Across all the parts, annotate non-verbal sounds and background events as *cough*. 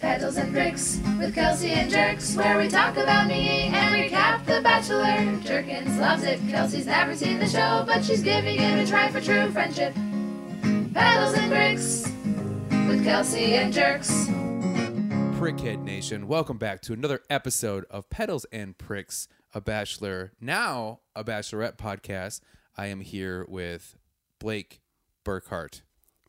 pretzels and bricks with Kelsey and Jerks, where we talk about me and recap The Bachelor. Jerkins loves it. Kelsey's never seen the show, but she's giving it a try for true friendship. Pedals and bricks with Kelsey and Jerks. Prickhead Nation, welcome back to another episode of Petals and Pricks, a Bachelor, now a Bachelorette podcast. I am here with Blake Burkhart,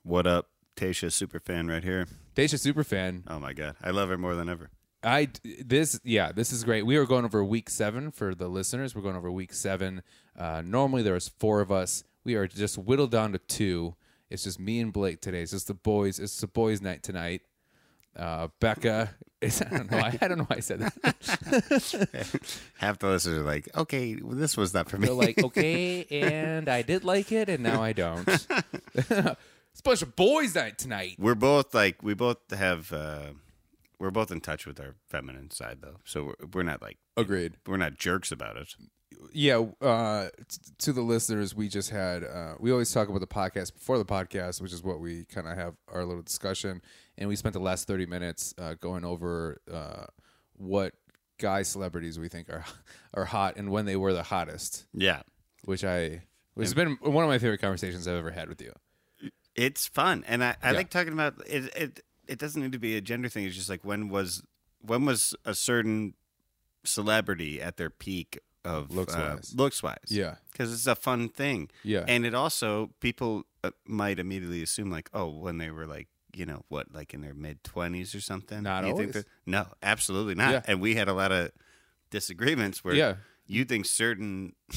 What up, Tasha Superfan right here. Dacia Superfan. Oh my god, I love her more than ever. I this yeah this is great. We are going over week seven for the listeners. We're going over week seven. Uh, normally there was four of us. We are just whittled down to two. It's just me and Blake today. It's just the boys. It's the boys' night tonight. Uh, Becca, *laughs* is, I don't know. I, I don't know why I said that. *laughs* Half the listeners are like, okay, well, this was not for me. They're like, okay, and I did like it, and now I don't. *laughs* it's a bunch of boys' night tonight. we're both like, we both have, uh, we're both in touch with our feminine side though, so we're, we're not like, Agreed. we're not jerks about it. yeah uh t- to the listeners we just had uh we always talk about the podcast before the podcast which is what we kind of have our little discussion and we spent the last 30 minutes uh going over uh what guy celebrities we think are are hot and when they were the hottest Yeah, which i which has been one of my favorite conversations i've ever had with you it's fun, and I, I Yeah. like talking about it. It it doesn't need to be a gender thing. It's just like when was when was a certain celebrity at their peak of Looks-wise. uh, looks wise. yeah because it's a fun thing. yeah And it also people uh, might immediately assume like, oh, when they were like, you know, what, like in their mid twenties or something. Not you always. that- no, absolutely not. Yeah. And we had a lot of disagreements where yeah you think certain. *laughs*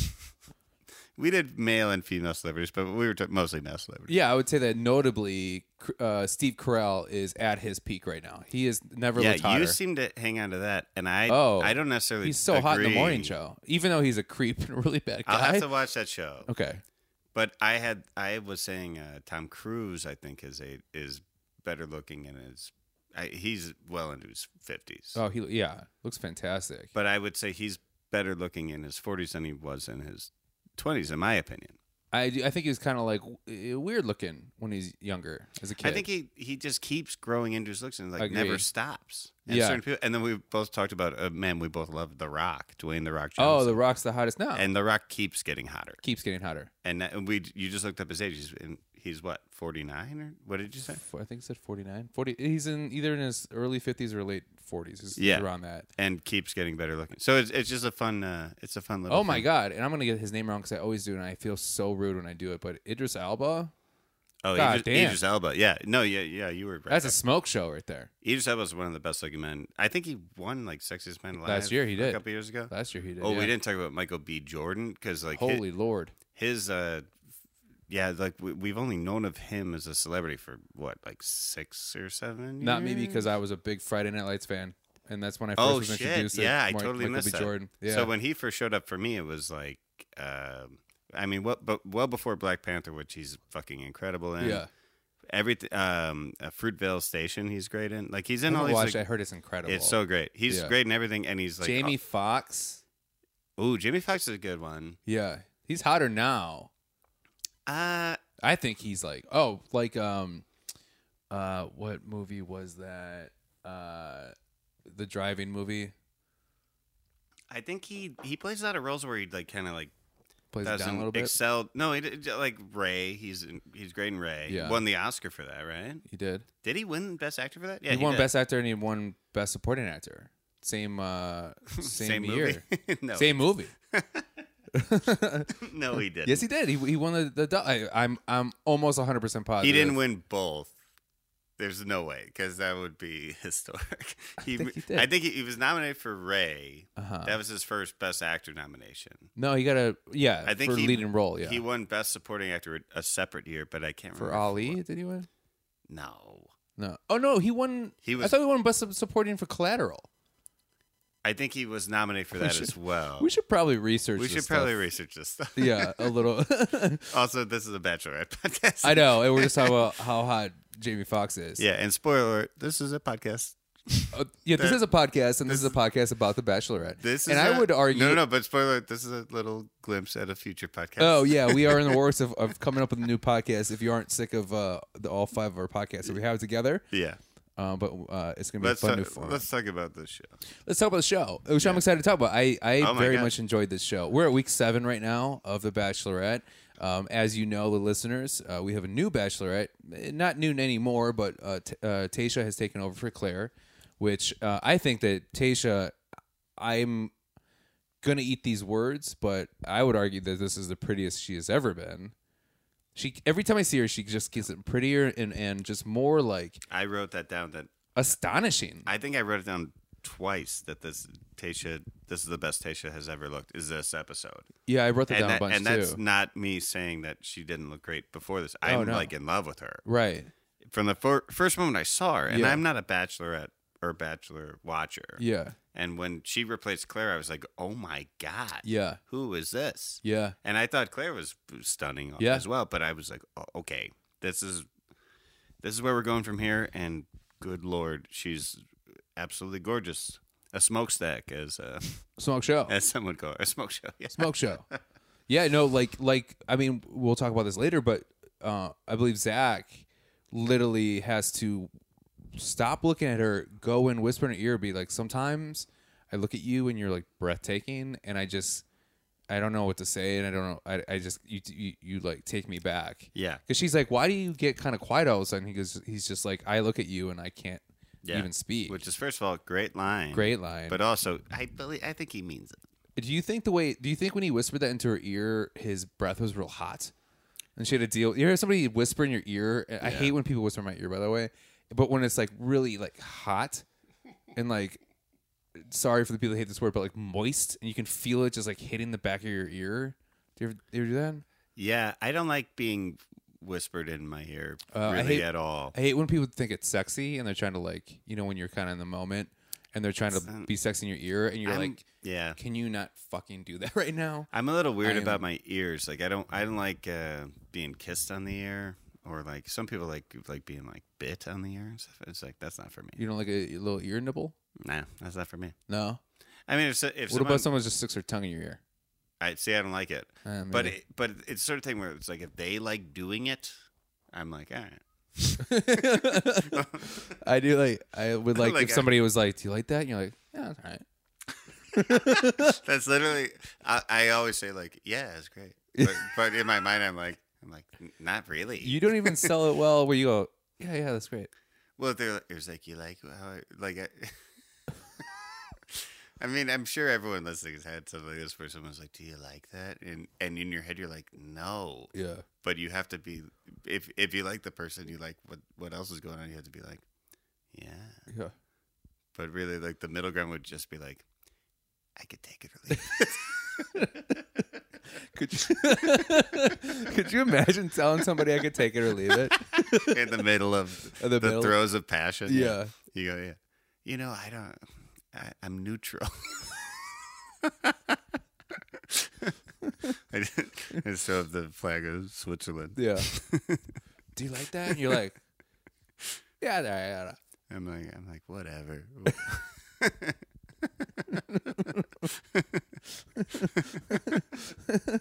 we did male and female celebrities, but we were t- mostly male celebrities. yeah, I would say that notably, uh, Steve Carell is at his peak right now. He is never looked yeah, you hotter. seem to hang on to that, and I. Oh. I don't necessarily. He's so hot in the agree. morning show, even though he's a creep and *laughs* a really bad guy. I'll have to watch that show. okay, But I had I was saying uh, Tom Cruise I think is a is better looking and is I, he's well into his fifties. oh he yeah, looks fantastic. But I would say he's better looking in his forties than he was in his twenties, in my opinion. I do- I think he was kind of like w- eh, weird looking when he's younger as a kid. I think he, he just keeps growing into his looks and like Agree. never stops. And Yeah. certain people, and then we both talked about a man we both love, The Rock, Dwayne The Rock oh, Johnson. the Rock's the hottest now, and and The Rock keeps getting hotter. keeps getting hotter. And that, and we you just looked up his age. He's, in, he's what forty nine or what did you say? F- I think it said 49. 40. He's in either in his early 50s or late 40s. He's Yeah. around that. and keeps getting better looking. So it's, it's just a fun uh, it's a fun little. Oh my thing. god! And I'm gonna get his name wrong because I always do, and I feel so rude when I do it. But Idris Elba, Oh, God Idris, damn. Idris Elba. Yeah, no, yeah, yeah. You were right. that's a smoke show right there. Idris Elba is one of the best looking men. I think he won like sexiest man alive Last year he did. a couple years ago. Last year he did. oh, yeah. we didn't talk about Michael B. Jordan because like hi- Holy lord! his uh, yeah, like we, we've only known of him as a celebrity for what like six or seven. Not me years? because I was a big Friday Night Lights fan, and that's when I first Oh was shit! introduced to Yeah, I Mar- totally Michael missed B. that. Jordan. Yeah. So when he first showed up for me, it was like, um I mean, well, but well before Black Panther, which he's fucking incredible in. yeah, everything. Um, uh, Fruitvale Station, he's great in. Like he's I in all haven't these. watched. I like, heard it's incredible. it's so great. He's Yeah. great in everything, and he's like uh, Jamie Fox. Oh, ooh, Jamie Foxx is a good one. Yeah, he's hotter now. Uh I think he's like oh, like um, uh, what movie was that? Uh, the driving movie I think he he plays a lot of roles where he like kind of like plays it down a doesn't little bit. excel. No, he did, like Ray. He's in, he's great in Ray. Yeah. won the Oscar for that, right? he did. Did he win Best Actor for that? Yeah, he, won did. *laughs* best actor and he won best supporting actor. Same uh, *laughs* same, year. movie. *laughs* no, Same movie. no, he didn't. Yes, he did. He, he won the, the do- I, I'm I'm almost 100 percent positive. He didn't win both. There's no way because that would be *laughs* historic. He, I think he did. I think he, he was nominated for Ray. Uh-huh. That was his first Best Actor nomination. No, he got a yeah I think for he- leading role. Yeah, He won Best Supporting Actor a separate year, but I can't for remember. Ali, did he win? No, No. Oh no, he won. he I was. thought he won best Sup- supporting for Collateral. I think he was nominated for We that should- as well. We should probably research. Oh. We this should stuff. probably research this stuff. Yeah, a little. *laughs* *laughs* Also, this is a Bachelorette *laughs* podcast. I know, and we're just talking about how hot Jamie Foxx is. Yeah, and spoiler: alert, this is a podcast. Uh, yeah. This That- is a podcast, and this, this- is a podcast about the Bachelorette. This and is I not- would argue. No, no, no, but spoiler: alert, this is a little glimpse at a future podcast. Oh yeah, we are *laughs* in the works of, of coming up with a new podcast. If you aren't sick of uh, the all five of our podcasts that we have together, yeah. Uh, but uh, it's gonna be Let's a fun talk, new format. let's talk about this show. Let's talk about the show, which I'm excited to talk about. I, I Oh my very God. much enjoyed this show. We're at week seven right now of The Bachelorette. Um, as you know, the listeners, uh, we have a new Bachelorette. Eh, Not new anymore, but uh, T- uh, Tasha has taken over for Claire, which uh, I think that Tasha, I'm going to eat these words, but I would argue that this is the prettiest she has ever been. She Every time I see her, she just gets prettier and, and just more like I wrote that down. That astonishing. I think I wrote it down twice. That this Tasha, this is the best Tasha has ever looked. Is this episode? Yeah, I wrote that and down that- a bunch and too. Oh, that's not me saying that she didn't look great before this. I'm no. like in love with her right. from the fir- first moment I saw her. And Yeah. I'm not a bachelorette or bachelor watcher. Yeah. And when she replaced Claire, I was like, oh my god, Yeah. who is this? Yeah. And I thought Claire was stunning Yeah. as well, but I was like, oh, okay, this is this is where we're going from here. And good lord, she's absolutely gorgeous. A smokestack, as uh, *laughs* Smoke show. as some would call it. a smoke show. Yeah. Smoke show. Yeah, no, like like I mean, we'll talk about this later, but uh I believe Zach literally has to stop looking at her, go and whisper in her ear, be like, Sometimes I look at you and you're like breathtaking and I just I don't know what to say and I don't know I, I just you, you you like take me back. yeah, Because she's like, Why do you get kind of quiet all of a sudden? He goes he's just like, I look at you and I can't Yeah. even speak. which is first of all a great line, great line. but also I believe I think he means it. Do you think the way? Do you think when he whispered that into her ear, his breath was real hot, and she had to deal? You hear somebody whisper in your ear. and I hate when people whisper in my ear, by the way. But when it's like really like hot, and like, sorry for the people that hate this word, but like moist, and you can feel it just like hitting the back of your ear. Do you ever, you ever do that? Yeah, I don't like being whispered in my ear Uh, I really hate- at all. I hate when people think it's sexy and they're trying to like, you know, when you're kind of in the moment and they're trying to It's, um, be sexy in your ear, and you're I'm- like, yeah, can you not fucking do that *laughs* right now? I'm a little weird I am- about my ears. Like I don't I don't like uh, being kissed on the ear or like some people like like being like bit on the ear and stuff. It's like that's not for me. You don't like a little ear nibble? Nah, that's not for me. No. I mean, if so- if What someone, about someone just sticks their tongue in your ear? I see, I don't like it. Uh, But maybe. it, but it's sort of thing where it's like if they like doing it, I'm like all *laughs* right. *laughs* *laughs* I do like. I would like, Like, if I- somebody was like, "Do you like that?" And you're like, "Yeah, that's all right." that's literally I, I always say like yeah, it's great. But, but in my mind, I'm like I'm like "N- not really. You don't even sell it well. Where you go, "Yeah, yeah, that's great." Well, they're like, it was like you like how I, like I, *laughs* I mean, I'm sure everyone listening has had something like this where someone's like, "Do you like that?" and and in your head you're like, "No," Yeah, but you have to be if if you like the person, you like what what else is going on. You have to be like, "Yeah," yeah. but really, like the middle ground would just be like, "I could take it or leave." it." Could you, *laughs* could you imagine telling somebody I could take it or leave it? in the *laughs* middle of Of the, the middle? throes of passion. Yeah. You go, yeah. You know, I don't, I, I'm neutral. *laughs* I *laughs* just- and so the flag of Switzerland. Yeah. *laughs* Do you like that? And you're like, "Yeah, all right, all right." I'm like, I'm like, *laughs* whatever. Yeah,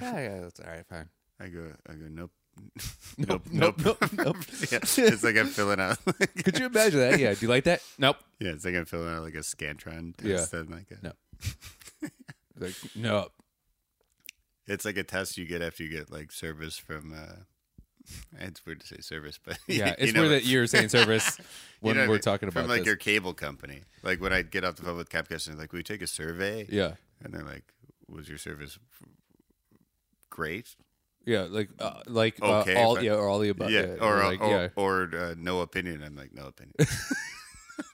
yeah, that's all right, fine. I go, I go, nope. *laughs* Nope, nope, nope, nope. yeah, it's like I'm filling out. *laughs* Like, Could you imagine that? Yeah. Do you like that? Nope. yeah, it's like I'm filling out like a scantron Yeah. test. and Like a, No. Like, nope. It's like a test you get after you get like service from. uh It's weird to say service, but *laughs* Yeah, you it's know weird what- that you're saying service *laughs* You when know what I we're mean? talking about from like this. your cable company. Like when I get off the phone with Comcast and they're like, "We take a survey," yeah. and they're like, "Was your service f- great?" Yeah, like uh, like Okay, uh, all but- yeah, or all the above. yeah, or like, or, yeah. or uh, no opinion. I'm like, *laughs* no opinion. Could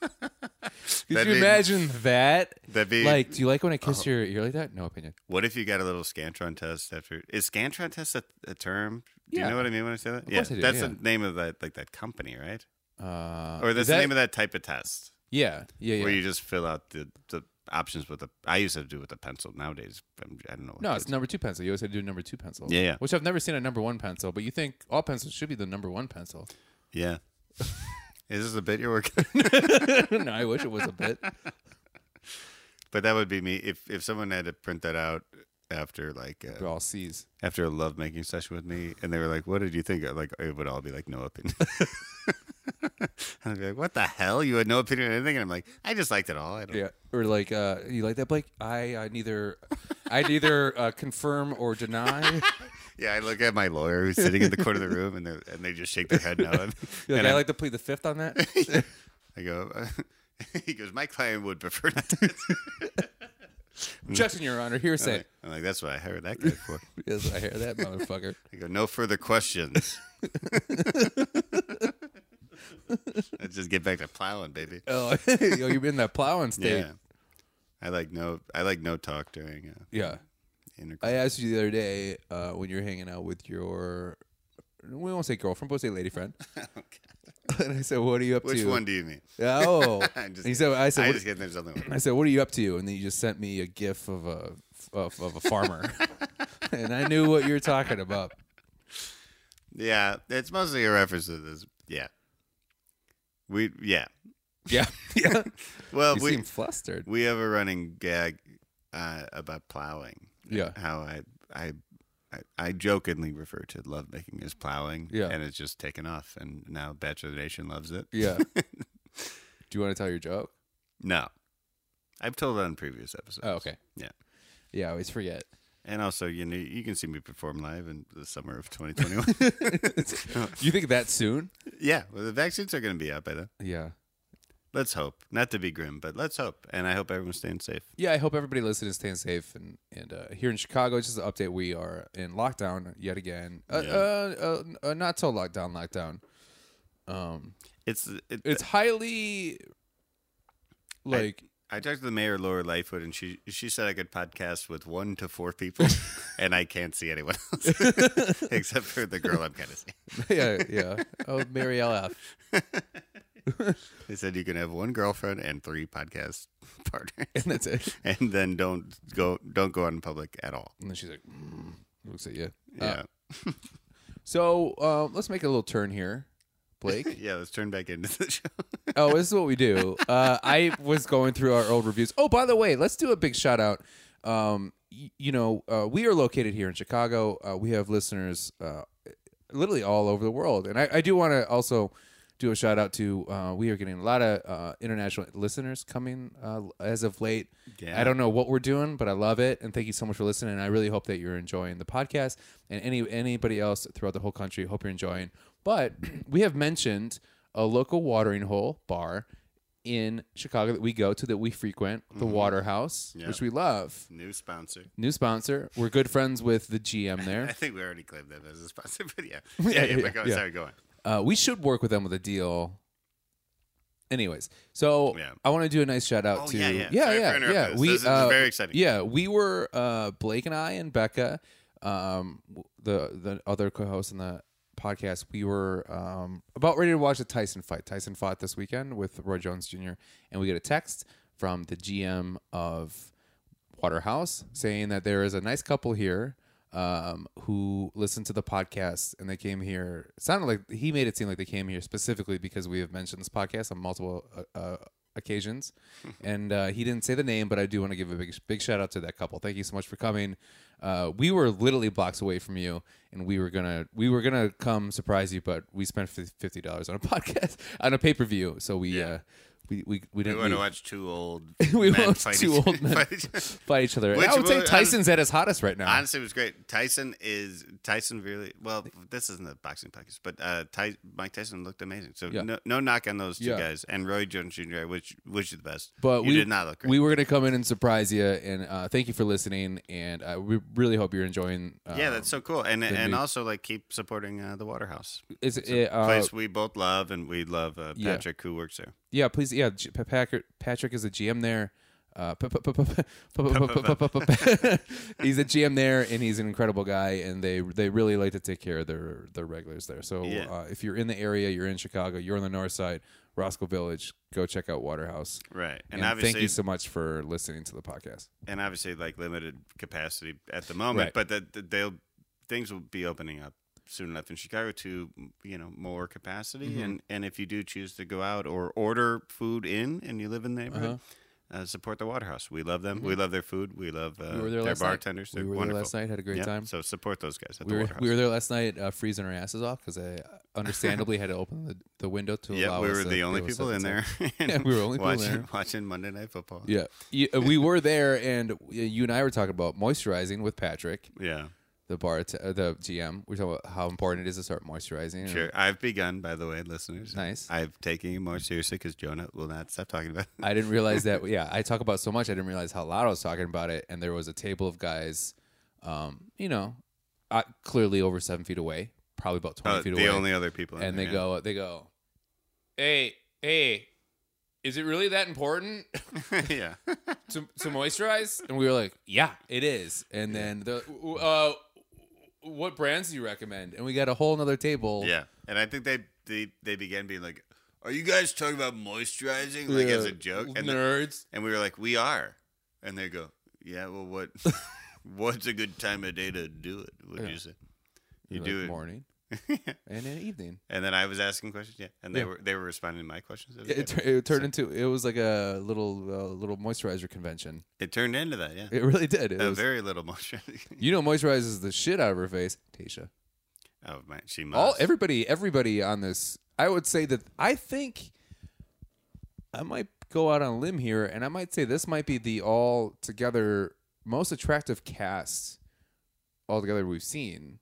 that Uh-huh. you made- imagine that? That'd be Like, do you like when I kiss your ear like that? No opinion. what if you got a little scantron test after? Is scantron test a, a term? Do Yeah. you know what I mean when I say that? Of yeah, course I do, that's yeah. the name of that like that company, right? Uh, Or is that's that- the name of that type of test Yeah, yeah, yeah. where you just fill out the, the options with a. I used to do it with a pencil. Nowadays, I'm, I don't know. What no, it it's is. number two pencil. You always had to do number two pencil. Yeah, yeah. Which I've never seen a number one pencil, but you think all pencils should be the number one pencil. *laughs* *laughs* Yeah. Is this a bit you're working? no, I wish it was a bit. But that would be me if if someone had to print that out after like uh, They're all C's. after a love making session with me, and they were like, "What did you think?" Like it would all be like no opinion. *laughs* and I'd be like, "What the hell? You had no opinion on anything?" And I'm like, "I just liked it all. I don't." Yeah. Or like, uh, you like that, Blake? I uh, neither, I neither uh, confirm or *laughs* deny. Yeah, I look at my lawyer who's sitting in the corner of the room, and they and they just shake their head no. And, *laughs* You're like, and I I, like to plead the fifth *laughs* on that. I go. *laughs* he goes, "My client would prefer not to." Objection, Your Honor. Hearsay. I'm like, "That's what I hired that guy for." Yes, I hear that motherfucker. I go, "No further questions." *laughs* Let's just get back to plowing, baby. Oh, *laughs* yo, you've been in that plowing state. *laughs* Yeah. I like no I like no talk during uh, Yeah. intercourse. I asked you the other day uh, when you're hanging out with your, we won't say girlfriend, but we'll say lady *laughs* friend. and I said, "What are you up Which to?" one do you mean? Oh. I'm just he said, "I said, *laughs* I what, just get there's something. *laughs* wrong. I said, what are you up to?" And then you just sent me a gif of a of, of a *laughs* farmer, and I knew what you were talking about. Yeah, it's mostly a reference to this. Yeah. We yeah. Yeah, *laughs* yeah. Well, you Uh, we seem flustered. *laughs* we have a running gag uh, about plowing. Yeah. How I I I- I jokingly refer to lovemaking as plowing, Yeah. and it's just taken off, and now Bachelor Nation loves it. Yeah. *laughs* Do you want to tell your joke? No, I've told it on previous episodes. Oh, okay. Yeah. Yeah, I always *laughs* forget. *laughs* And also, you know, you can see me perform live in the summer of *laughs* 2021. You think that soon? *laughs* yeah, well, the vaccines are going to be out by then. Yeah. Let's hope. Not to be grim, but let's hope. And I hope everyone's staying safe. Yeah, I hope everybody listening is staying safe. And and uh, here in Chicago, just an update: we are in lockdown yet again. Uh, Yeah. uh, uh, uh, not till lockdown, lockdown. Um, It's it, it's highly like I talked to the mayor, Laura Lightfoot, and she she said I could podcast with one to four *laughs* people, and I can't see anyone else *laughs* except for the girl I'm kind of *laughs* seeing. yeah, yeah. Oh, Mary LF. They said you can have one girlfriend and three podcast *laughs* partners, *laughs* And that's it. and then don't go don't go out in public at all. And then she's like, mm, looks at you. Uh, Yeah, so uh, let's make a little turn here, Blake. yeah. Let's turn back into the show. oh, this is what we do. Uh, I was going through our old reviews. Oh, by the way, let's do a big shout out. Um, y- you know, uh, we are located here in Chicago. Uh, we have listeners uh, literally all over the world, and I, I do want to also do a shout out to. Uh, we are getting a lot of uh, international listeners coming uh, as of late. Yeah. I don't know what we're doing, but I love it, and thank you so much for listening. And I really hope that you're enjoying the podcast, and any anybody else throughout the whole country. Hope you're enjoying. But *clears throat* we have mentioned a local watering hole bar in Chicago that we go to that we frequent, the Water House, Mm-hmm. Yeah. which we love. New sponsor. New sponsor. We're good friends with the GM I there. think we already claimed them as a sponsor, but yeah. Yeah, *laughs* yeah, yeah, but go, yeah. Sorry, go on. Uh, we should work with them with a deal. Anyways, so Yeah. I want to do a nice shout out Oh, to yeah, yeah. yeah, Sorry for yeah. interrupting yeah. this. We This is uh, very exciting. Yeah, we were uh, Blake and I and Becca, um, w- the the other co-host in the podcast. We were um, about ready to watch the Tyson fight. Tyson fought this weekend with Roy Jones Jr. and we get a text from the GM of Waterhouse saying that there is a nice couple here um, who listened to the podcast and they came here. It sounded like he made it seem like they came here specifically because we have mentioned this podcast on multiple uh, uh, occasions. and uh, he didn't say the name, but I do want to give a big, big shout out to that couple. Thank you so much for coming. Uh, we were literally blocks away from you, and we were gonna we were gonna come surprise you, but we spent fifty dollars on a *laughs* podcast on a pay per view, so we. Uh, we, we, we We didn't want to leave watch two old *laughs* we men watched fight two each- old men *laughs* fight each- *laughs* fight each other. And Which I would say will- Tyson's at his hottest right now. Honestly, it was great. Tyson is Tyson really well. This isn't a boxing podcast, but uh, Ty, Mike Tyson looked amazing. So Yeah. no, no knock on those two Yeah. guys and Roy Jones Jr. I wish wish you the best. But you we did not look great. We were gonna come in and surprise you, and uh, thank you for listening. And uh, we really hope you're enjoying. Uh, yeah, that's so cool, and and new- also like keep supporting uh, the Waterhouse it's, it, uh, place we both love, and we love uh, Yeah. Patrick who works there. Yeah, please. Yeah, G- Pa- Packer- Patrick is a GM there. Uh, pa- pa- pa- pa- pa- pa- pa- pa- pa- pa- pa- *laughs* He's a GM there, and he's an incredible guy. And they they really like to take care of their their regulars there. So Yeah. uh, if you're in the area, you're in Chicago, you're on the north side, Roscoe Village, go check out Waterhouse. Right, and, And, obviously, thank you so much for listening to the podcast. and obviously like limited capacity at the moment, Right. but that that they'll things will be opening up soon enough in Chicago to you know more Mm-hmm. capacity, and and if you do choose to go out or order food in and you live in the neighborhood, uh, support the Waterhouse. We love them. We love their food. We love uh, Uh-huh. Mm-hmm. We were there their last night. bartenders. We They're were there wonderful. last night. Had a great Yeah, time. So support those guys at we the were Waterhouse. we were there last night, uh, freezing our asses off because I understandably had to open the, the window to yeah, allow we us were to the be only able to people sit in there. *laughs* Yeah, we were *laughs* only people in watching, there. watching Monday Night Football. Yeah, Y- uh, we were there, and uh, you and I were talking about moisturizing with Patrick, Yeah, the bar, t- uh, the GM. We We're talking about how important it is to start moisturizing. and- sure. I've begun, by the way, listeners. Nice. I've taken it more seriously because Jonah will not stop talking about it. I didn't realize that. Yeah, I talk about so much. I didn't realize how loud I was talking about it. And there was a table of guys, um, you know, uh, clearly over seven feet away, probably about *laughs* twenty Uh, feet the away. only other people in and there, they yeah. go, they go, hey, hey, is it really that important *laughs* *laughs* yeah. to, to moisturize? And we were like, yeah, it is. And then the, uh, what brands do you recommend? And we got a whole nother table. Yeah, and I think they they they began being like, "Are you guys talking about moisturizing?" Like as a joke, and, the- nerds. and we were like, "We are," and they go, "Yeah, well, *laughs* what what's a good time of day to do it?" Would Yeah. you say? You Like, do *laughs* it, morning and in the evening. and then I was asking questions, yeah, and they Yeah. were they were responding to my questions. It, was Yeah, it, good. tur- it turned into it was like a little uh, little moisturizer convention. It turned into that, yeah. It really did. It Uh, was- very little *laughs* moisturizing. you know, moisturizes the shit out of her face, Tasha. oh man, she must. All everybody, everybody on this, I would say that I think I might go out on a limb here, and I might say this might be the all together most attractive cast altogether we've seen.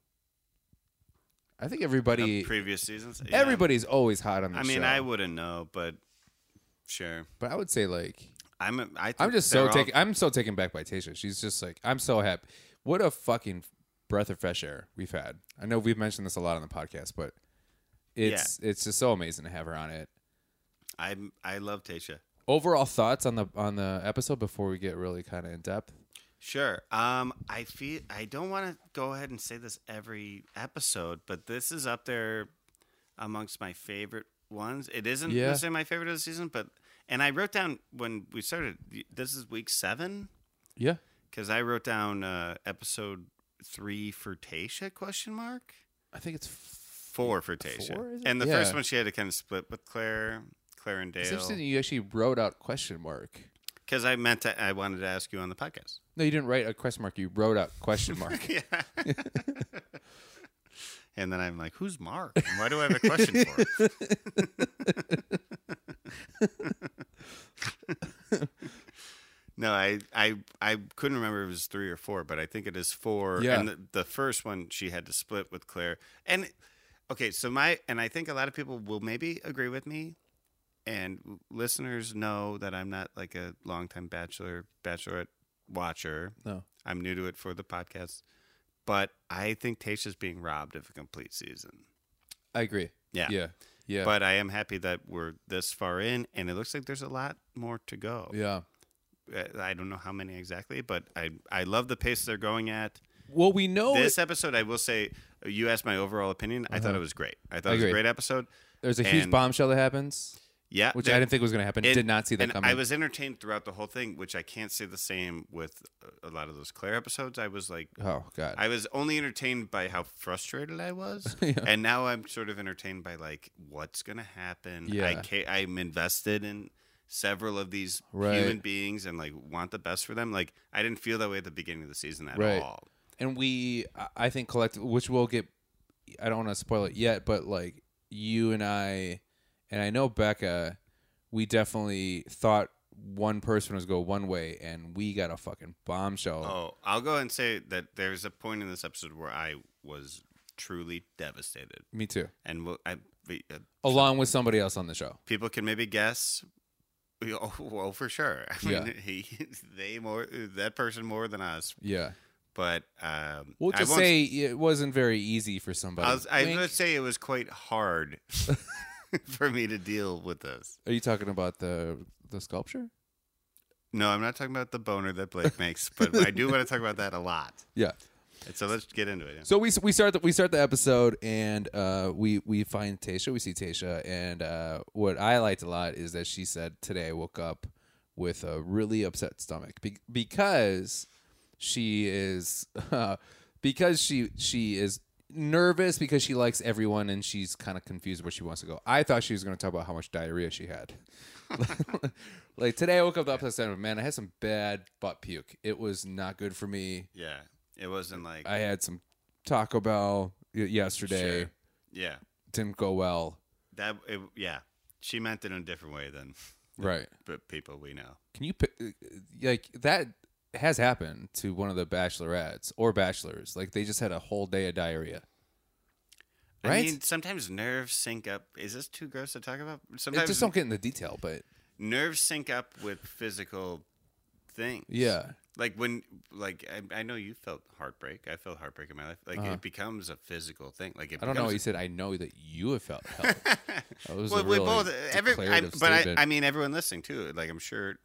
I think everybody, Of previous seasons. Yeah. everybody's always hot on the I mean, show. I wouldn't know, but sure. but I would say like I'm. a- I think I'm just so they're all- taken. I'm so taken back by Tasha. She's just like, I'm so happy. What a fucking breath of fresh air we've had. I know we've mentioned this a lot on the podcast, but it's it's just so amazing to have her on it. I'm. I love Tasha. Overall thoughts on the on the episode before we get really kind of in depth. Sure. Um, I feel I don't want to go ahead and say this every episode, but this is up there amongst my favorite ones. It isn't Yeah. necessarily my favorite of the season, but and I wrote down when we started. This is week seven Yeah, because I wrote down uh, episode three for Tasha question mark I think it's. F- four for Tasha, Four, is it? and the Yeah. first one she had to kind of split with Claire, Claire and it's interesting that Dale you actually wrote out question mark. because I meant to, I wanted to ask you on the podcast. No, you didn't write a question mark. You wrote out *laughs* question mark. *laughs* Yeah. and then I'm like, who's Mark? And why do I have a question for him? *laughs* no, I, I I couldn't remember if it was three or four, but I think it is four. Yeah. And the, the first one she had to split with Claire. And okay, so my and I think a lot of people will maybe agree with me. And listeners know that I'm not like a longtime bachelor bachelorette watcher. No. I'm new to it for the podcast, but I think Tasha's being robbed of a complete season. I agree. Yeah. yeah, yeah, But I am happy that we're this far in, and it looks like there's a lot more to go. yeah. Uh, I don't know how many exactly, but I I love the pace they're going at. Well, we know this episode, I will say, you asked my overall opinion. I thought it was great. I thought it was a Uh-huh. Agreed. great episode. there's a huge and- bombshell that happens, Yeah, which there- I didn't think was going to happen. and- Did not see that and coming. I was entertained throughout the whole thing, which I can't say the same with uh, a lot of those Claire episodes. I was like, oh god. I was only entertained by how frustrated I was, *laughs* Yeah. and now I'm sort of entertained by like what's gonna happen. I Yeah. ca- I'm invested in several of these Right. human beings and like want the best for them. Like I didn't feel that way at the beginning of the season at Right. all. and we I- i think collect which we'll get i don't want to spoil it yet but like you and i and i know becca we definitely thought one person was go one way and we got a fucking bombshell Oh, I'll go and say that there's a point in this episode where I was truly devastated, me too and we'll, I we- uh, along with somebody else on the show people can maybe guess. Oh, *laughs* well, for sure. I mean, Yeah. *laughs* he, they more that person more than us, yeah but um, we'll I just won't say it wasn't very easy for somebody I was, I Wink. would say it was quite *laughs* hard *laughs* for me to deal with this. are you talking about the the sculpture No, I'm not talking about the boner that Blake makes, but I do want to talk about that a lot. yeah And so let's get into it. yeah. So we we start the we start the episode and uh, we we find Tasha. We see Tasha, and uh, what I liked a lot is that she said today I woke up with a really upset stomach be- because she is *laughs* because she she is nervous because she likes everyone and she's kind of confused where she wants to go. I thought she was going to talk about how much diarrhea she had. *laughs* like today, I woke up the upside down. Man, I had some bad butt puke. It was not good for me. Yeah. It wasn't like I had some Taco Bell y- yesterday. Sure. yeah. Didn't go well. That it, yeah. She meant it in a different way than Right. but people we know. Can you pi- uh, like that has happened to one of the bachelorettes or bachelors? Like they just had a whole day of diarrhea. I Right? mean, sometimes nerves sync up. Is this too gross to talk about? I Sometimes just don't get in the detail, but nerves sync up with physical things. yeah, Like when, like I, I know you felt heartbreak. I felt heartbreak in my life. Like Uh-huh. it becomes a physical thing. Like it I don't know. becomes why a- You said I know that you have *laughs* felt hell. That was well, a we really both uh, every I, declarative but I, statement. I mean everyone listening too like i'm sure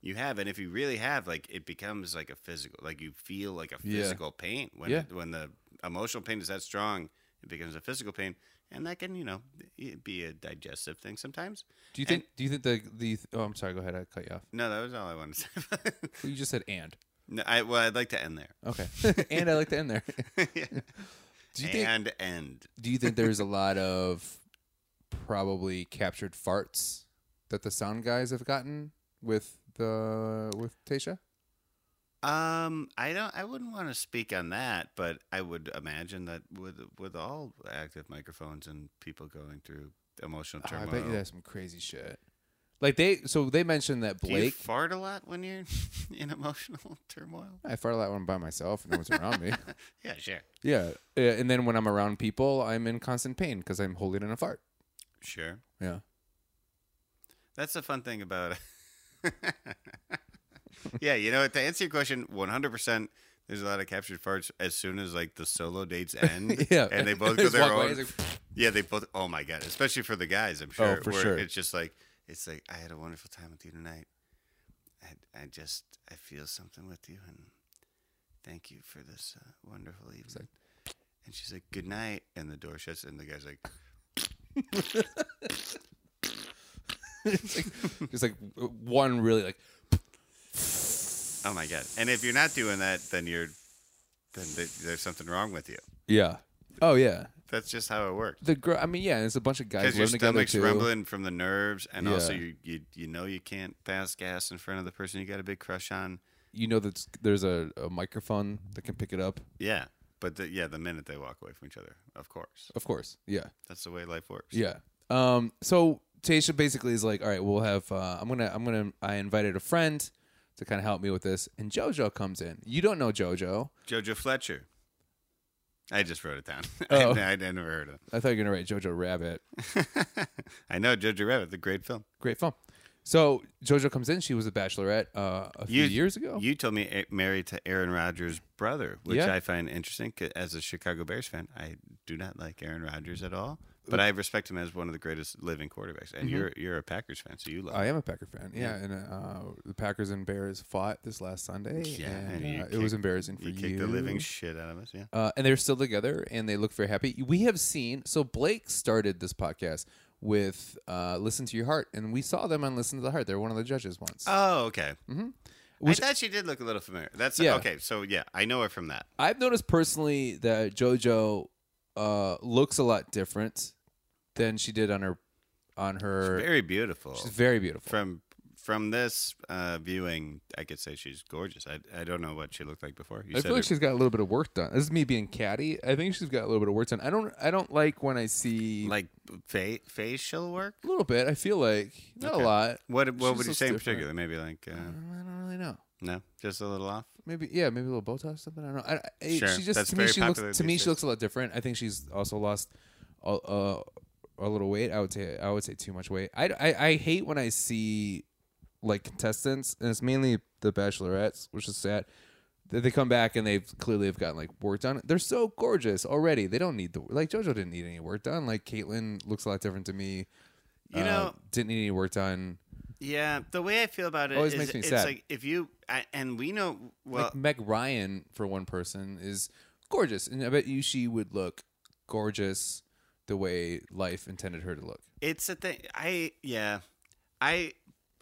you have and if you really have like it becomes like a physical like you feel like a Yeah. physical pain when Yeah. when the emotional pain is that strong it becomes a physical pain and that can you know it be a digestive thing sometimes do you think? do you think the the? Oh, I'm sorry. Go ahead. I cut you off. no that was all i wanted to *laughs* say Well, You just said and. no, I, well i'd like to end there *laughs* Okay. *laughs* and I like to end there. *laughs* Yeah. Do you think? and end Do you think there's a lot of probably captured farts that the sound guys have gotten with the with Tasha? Um, I don't. I wouldn't want to speak on that, but I would imagine that with with all active microphones and people going through emotional Oh, I turmoil, bet you that's some crazy shit. Like they, so they mentioned that do you Blake. fart a lot when you're *laughs* in emotional *laughs* turmoil? I fart a lot when I'm by myself and no one's around *laughs* me. Yeah, sure, Yeah, uh, and then when I'm around people, I'm in constant pain because I'm holding in a fart. sure. Yeah, That's the fun thing about. *laughs* yeah, you know, to answer your question, one hundred percent. There's a lot of captured farts as soon as like the solo dates end. *laughs* *laughs* yeah. and they both go Just their walk away, own. it's like, Yeah, they both. Oh my god, especially for the guys, I'm sure. Oh, for where sure. It's just like it's like I had a wonderful time with you tonight. I, I just I feel something with you, and thank you for this uh, wonderful evening. and she's like, "Good night," and the door shuts, and the guy's like, just like one really like "Oh my god!" And if you're not doing that, then you're then th- there's something wrong with you. yeah. Oh yeah, That's just how it works. the girl. I mean, yeah, it's a bunch of guys Because your living together stomach's too. rumbling from the nerves, and also Yeah. you, you you know you can't pass gas in front of the person you got a big crush on. You know that there's a, a microphone that can pick it up. Yeah, but the, yeah, the minute they walk away from each other, of course. Of course, yeah. That's the way life works. Yeah. Um. So Tasha basically is like, all right, we'll have. Uh, I'm gonna. I'm gonna. I invited a friend to kind of help me with this, and JoJo comes in. You don't know JoJo. Jojo Fletcher. I just wrote it down. *laughs* Oh. I, I never heard of I thought you were gonna write JoJo Rabbit. him. *laughs* I know Jojo Rabbit, the great film. Great film. So JoJo comes in. She was a bachelorette uh, a few You- years ago. You told me a- married to Aaron Rodgers' brother, which Yeah. I find interesting. 'cause As a Chicago Bears fan, I do not like Aaron Rodgers at all, but Uh, I respect him as one of the greatest living quarterbacks. And you're you're a Packers fan, so you love. mm-hmm. I am a Packer fan. Yeah, and uh, the Packers and Bears fought this last Sunday. Yeah, and, and you uh, it was kicked- embarrassing for you you. kick the living shit out of us. Yeah, uh, and they're still together and they look very happy. We have seen so Blake started this podcast with uh, "Listen to Your Heart," and we saw them on "Listen to the Heart." They're one of the judges once. Oh, okay. Mm-hmm. Which- I thought she did look a little familiar. That's Yeah. okay. So yeah, I know her from that. I've noticed personally that JoJo uh, looks a lot different than she did on her on her. Very beautiful. she's very beautiful. From from this uh, viewing, I could say she's gorgeous. I, I don't know what she looked like before. You I said feel like her- she's got a little bit of work done. This is me being catty. I think she's got a little bit of work done. I don't. I don't like when I see like fa- facial work. a little bit. I feel like not a Okay. Uh-huh. lot. What what She would you looks say in different. particular? Maybe like uh, I don't I don't really know. no, just a little off. maybe yeah, maybe a little Botox something. I don't know. I, I, Sure, She just that's to me very she looks popular to me these she days. looks a lot different. I think she's also lost a, a, a little weight. I would say I would say too much weight. I, I I hate when I see like contestants, and it's mainly the Bachelorettes, which is sad. That they come back and they've clearly have gotten like work done. They're so gorgeous already. They don't need the like JoJo didn't need any work done. Like Caitlyn looks a lot different to me. You Uh, know- didn't need any work done. Yeah, the way I feel about it Always is makes me it's sad. like if you I, and we know well like Meg Ryan for one person is gorgeous, and I bet you she would look gorgeous the way life intended her to look. It's a thing. I yeah. I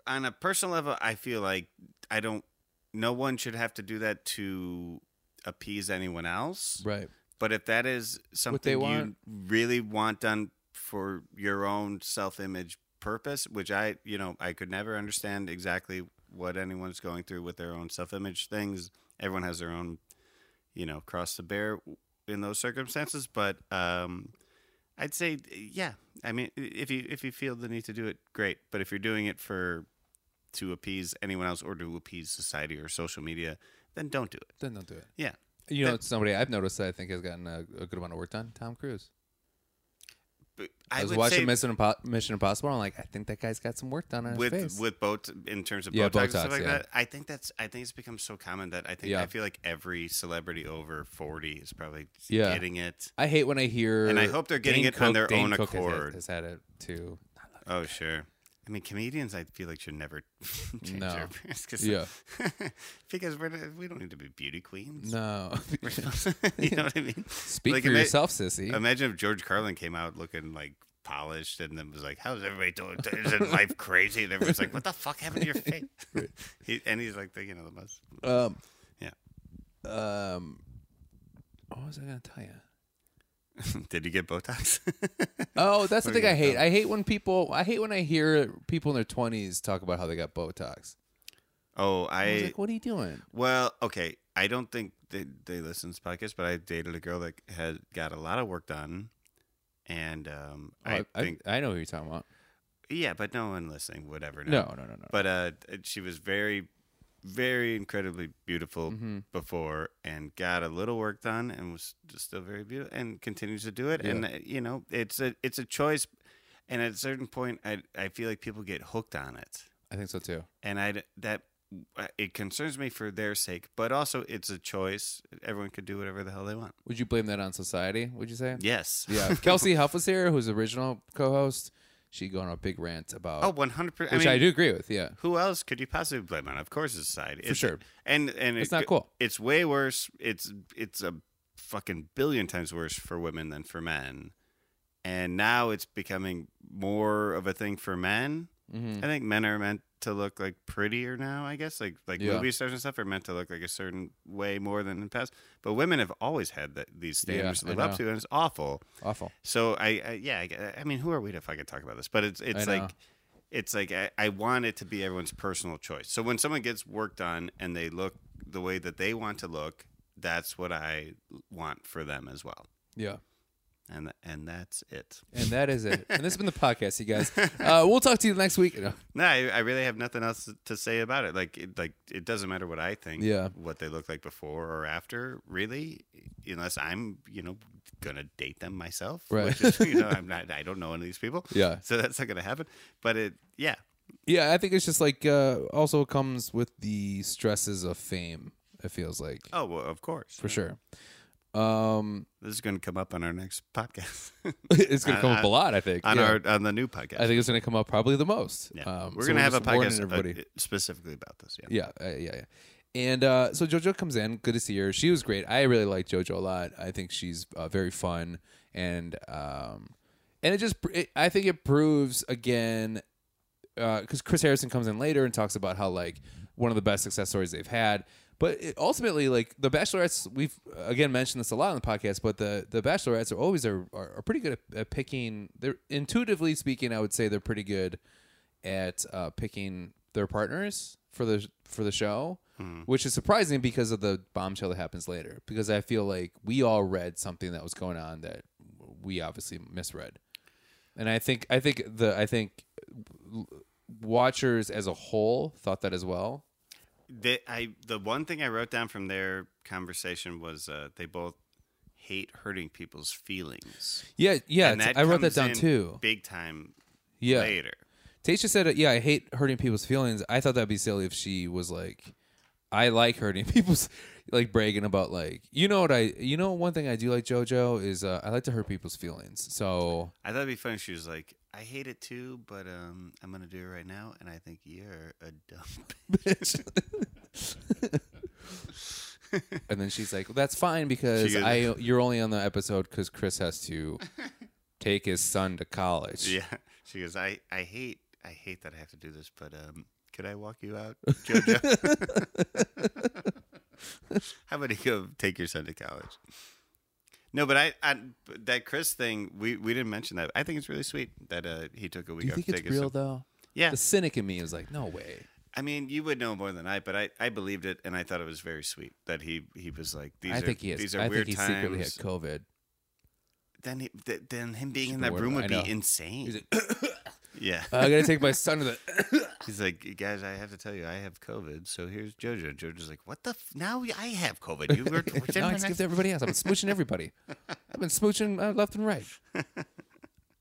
on a personal level, I feel like I don't. No one should have to do that to appease anyone else. Right. But if that is something you want. really want done for your own self-image purpose, which I, you know, I could never understand exactly what anyone's going through with their own self image things. Everyone has their own, you know, cross to bear in those circumstances. But um, I'd say, yeah. I mean, if you if you feel the need to do it, great. But if you're doing it for to appease anyone else or to appease society or social media, then don't do it. Then don't do it. Yeah. You know, That- it's somebody I've noticed that I think has gotten a, a good amount of work done. Tom Cruise. But I, was would watching say Mission, Impo- Mission Impossible. I'm like, I think that guy's got some work done on with his face. with both in terms of Yeah, Botox, and Botox, stuff like yeah. that. I think that's I think it's become so common that I think Yeah. I feel like every celebrity over forty is probably Yeah. getting it. I hate when I hear. And I hope they're getting Dane it on Cook- their Dane own Cook has had- accord. Has, had it too. Oh sure. I mean, comedians. I feel like should never *laughs* change No. their appearance 'cause- Yeah. *laughs* because we're not- we don't need to be beauty queens. No. We're supposed to- *laughs* you know what I mean? *laughs* Speak Like, for ima- yourself, sissy. Imagine if George Carlin came out looking like polished and then was like, "How's everybody doing? Isn't life crazy?" And everyone's like, "What the fuck happened to *laughs* your face?" he, and he's like, the, you know, the most. um, Yeah. Um, what was I going to tell you? *laughs* Did you get Botox? Oh, that's the What are thing I you hate. gonna I hate when people. I hate when I hear people in their twenties talk about how they got Botox. I oh, was I like, what are you doing? well, okay. I don't think they, they listen to this podcast, but I dated a girl that had got a lot of work done, and um, I, Oh, I, think I, know who you're talking about. yeah, but no one listening would ever know. No, no, no, no. but uh, she was very, very incredibly beautiful Mhm. before, and got a little work done, and was just still very beautiful, and continues to do it. And uh, you know, it's a it's a choice, and at a certain point, I I feel like people get hooked on it. I think so too. and I that uh, it concerns me for their sake, but also it's a choice. Everyone could do whatever the hell they want. Would you blame that on society? Would you say? Yes. *laughs* Yeah. If Kelsey Huff was here, who's the original co-host. She would go on a big rant about, Oh, one hundred percent. which I, do agree with. Yeah. Who else could you possibly blame on? Of course, it's society. It's- sure. And and It's it- not cool. It's way worse. It's it's a fucking billion times worse for women than for men. And now it's becoming more of a thing for men. hmm I think men are meant to look like prettier now. I guess like like Yeah. movie stars and stuff are meant to look like a certain way more than in the past. But women have always had that, these Yeah, standards I to live up know. to, and it's awful. Awful. So I, I yeah, I, I mean, who are we to fucking talk about this? But it's it's I know. like it's like I, I want it to be everyone's personal choice. So when someone gets work done and they look the way that they want to look, that's what I want for them as well. Yeah. And and that's it. And that is it. and this has been *laughs* the podcast, you guys. Uh, we'll talk to you next week. No. No, I, I really have nothing else to say about it. Like, it, like it doesn't matter what I think. Yeah. What they look like before or after, really, unless I'm, you know, gonna date them myself. Right. Which *laughs* is, you know, I'm not. I don't know any of these people. Yeah. So that's not gonna happen. But it, yeah, Yeah, I think it's just like uh, also comes with the stresses of fame. It feels like Oh, well, of course. for sure. Um, *laughs* This is going to come up on our next podcast. *laughs* it's gonna On- come up a on- lot. I think. on yeah. our on the new podcast. I think it's gonna come up probably the most. yeah. Um, we're so going to have a just warning podcast uh, Everybody. specifically about this. Yeah. yeah, uh, yeah, yeah. And uh, so JoJo comes in. Good to see her. She was great. I really like JoJo a lot. I think she's uh, very fun, and um, and it just pr- it, I think it proves again because Chris Harrison comes in later and talks about how like one of the best success stories they've had. But it, ultimately, like the Bachelorettes, we've uh, again mentioned this a lot on the podcast. But the the Bachelorettes are always are, are, are pretty good at, at picking. They're intuitively speaking, I would say they're pretty good at uh, picking their partners for the for the show, Hmm. which is surprising because of the bombshell that happens later. Because I feel like we all read something that was going on that we obviously misread, and I think I think the I think watchers as a whole thought that as well. The, I, the one thing I wrote down from their conversation was uh, they both hate hurting people's feelings. Yeah, yeah, And it's- I wrote that comes down in too. Big time yeah, later. Tasha said, uh, "Yeah, I hate hurting people's feelings." I thought that'd be silly if she was like, "I like hurting *laughs* people's," like bragging about like, you know what I, you know, one thing I do like JoJo is uh, I like to hurt people's feelings. *laughs* So I thought it'd be funny. if She was like, "I hate it too, but um, I'm gonna do it right now, and I think you're a dumb *laughs* bitch." and then she's like, well, "That's fine because She goes- I you're only on the episode because Chris has to take his son to college." *laughs* Yeah. She goes, I, I hate I hate that I have to do this, but um could I walk you out, Jojo? *laughs* How about you go take your son to college? No, but I, I that Chris thing we, we didn't mention that. I think it's really sweet that uh, he took a week Do you off. think to it's take his- real though? Yeah, The cynic in me is like, no way. I mean, you would know more than I, but I, I believed it, and I thought it was very sweet that he he was like these I are think he is. these are I weird think he times. secretly had COVID. then he, th- then him being Should in be that worried room would about- be I know. insane. He's like, *coughs* yeah, Uh, I gotta take my son to the. he's like, "You guys, I have to tell you, I have COVID. So here's JoJo. JoJo's like, what the? F- now I have COVID. *laughs* You were now I skipped everybody else. I've been smooching *laughs* everybody. I've been smooching uh, left and right. *laughs*